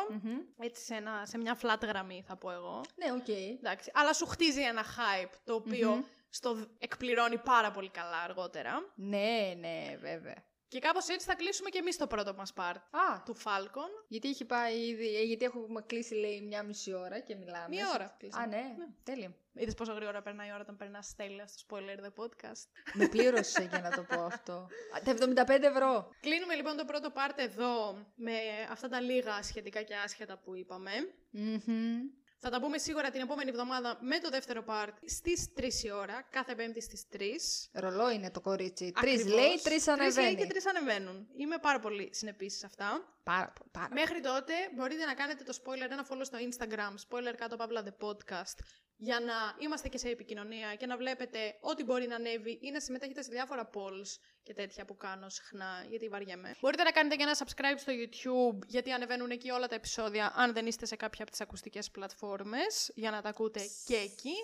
Speaker 1: Έτσι σε, ένα, σε μια flat γραμμή θα πω εγώ.
Speaker 2: Ναι, οκ.
Speaker 1: Εντάξει, αλλά σου χτίζει ένα hype το οποιο
Speaker 2: Μμμ.
Speaker 1: στο δ- εκπληρώνει πάρα πολύ καλά αργότερα.
Speaker 2: Ναι, ναι, βέβαια.
Speaker 1: Και κάπως έτσι θα κλείσουμε και εμείς το πρώτο μας part
Speaker 2: Α,
Speaker 1: του Falcon.
Speaker 2: γιατί έχει πάει ήδη. ε, Γιατί έχουμε κλείσει, λέει, μία μισή ώρα και μιλάμε.
Speaker 1: Μία ώρα.
Speaker 2: Α, ναι,
Speaker 1: Ναι.
Speaker 2: τέλεια.
Speaker 1: Είδες πόσο γρήγορα περνάει η ώρα όταν περνάς στέλια στο spoiler the podcast.
Speaker 2: Με πλήρωσε για να το πω αυτό. Α, Τα 75 ευρώ.
Speaker 1: Κλείνουμε λοιπόν το πρώτο part εδώ με αυτά τα λίγα σχετικά και άσχετα που είπαμε.
Speaker 2: Μμμ.
Speaker 1: Θα τα πούμε σίγουρα την επόμενη εβδομάδα με το δεύτερο part στις 3 η ώρα, κάθε πέμπτη στις 3.
Speaker 2: Ρολό είναι το κορίτσι. Τρεις
Speaker 1: Ακριβώς.
Speaker 2: λέει, τρεις
Speaker 1: Τρεις λέει
Speaker 2: ανεβαίνει.
Speaker 1: και τρεις ανεβαίνουν. Είμαι πάρα πολύ συνεπής σε αυτά.
Speaker 2: Πάρα πολύ. Πάρα.
Speaker 1: Μέχρι τότε μπορείτε να κάνετε το spoiler ένα follow στο Instagram, spoiler κάτω παύλα the podcast για να είμαστε και σε επικοινωνία και να βλέπετε ό,τι μπορεί να ανέβει ή να συμμετέχετε σε διάφορα polls και τέτοια που κάνω συχνά, γιατί βαριέμαι. Μπορείτε να κάνετε και ένα subscribe στο YouTube, γιατί ανεβαίνουν εκεί όλα τα επεισόδια, αν δεν είστε σε κάποια από τις ακουστικές πλατφόρμες, για να τα ακούτε και εκεί.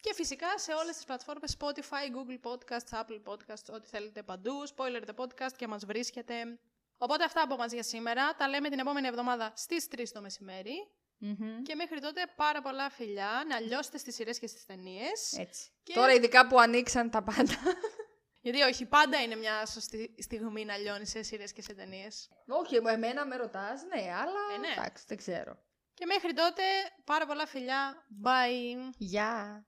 Speaker 1: Και φυσικά σε όλες τις πλατφόρμες Spotify, Google Podcasts, Apple Podcasts, ό,τι θέλετε παντού, Spoiler the Podcast και μας βρίσκετε. Οπότε αυτά από μας για σήμερα. Τα λέμε την επόμενη εβδομάδα στις 3 το μεσημέρι.
Speaker 2: Μμμ.
Speaker 1: Και μέχρι τότε πάρα πολλά φιλιά, να λιώσετε στις σειρές και στις ταινίες.
Speaker 2: Έτσι.
Speaker 1: Και-
Speaker 2: Τώρα ειδικά που ανοίξαν τα πάντα.
Speaker 1: Γιατί όχι, πάντα είναι μια σωστή στιγμή να λιώνεις σε σειρές και σε ταινίες.
Speaker 2: Όχι, εμένα με ρωτάς, ναι, αλλά
Speaker 1: Ε, ναι.
Speaker 2: εντάξει, δεν ξέρω.
Speaker 1: Και μέχρι τότε πάρα πολλά φιλιά. Bye!
Speaker 2: Γεια!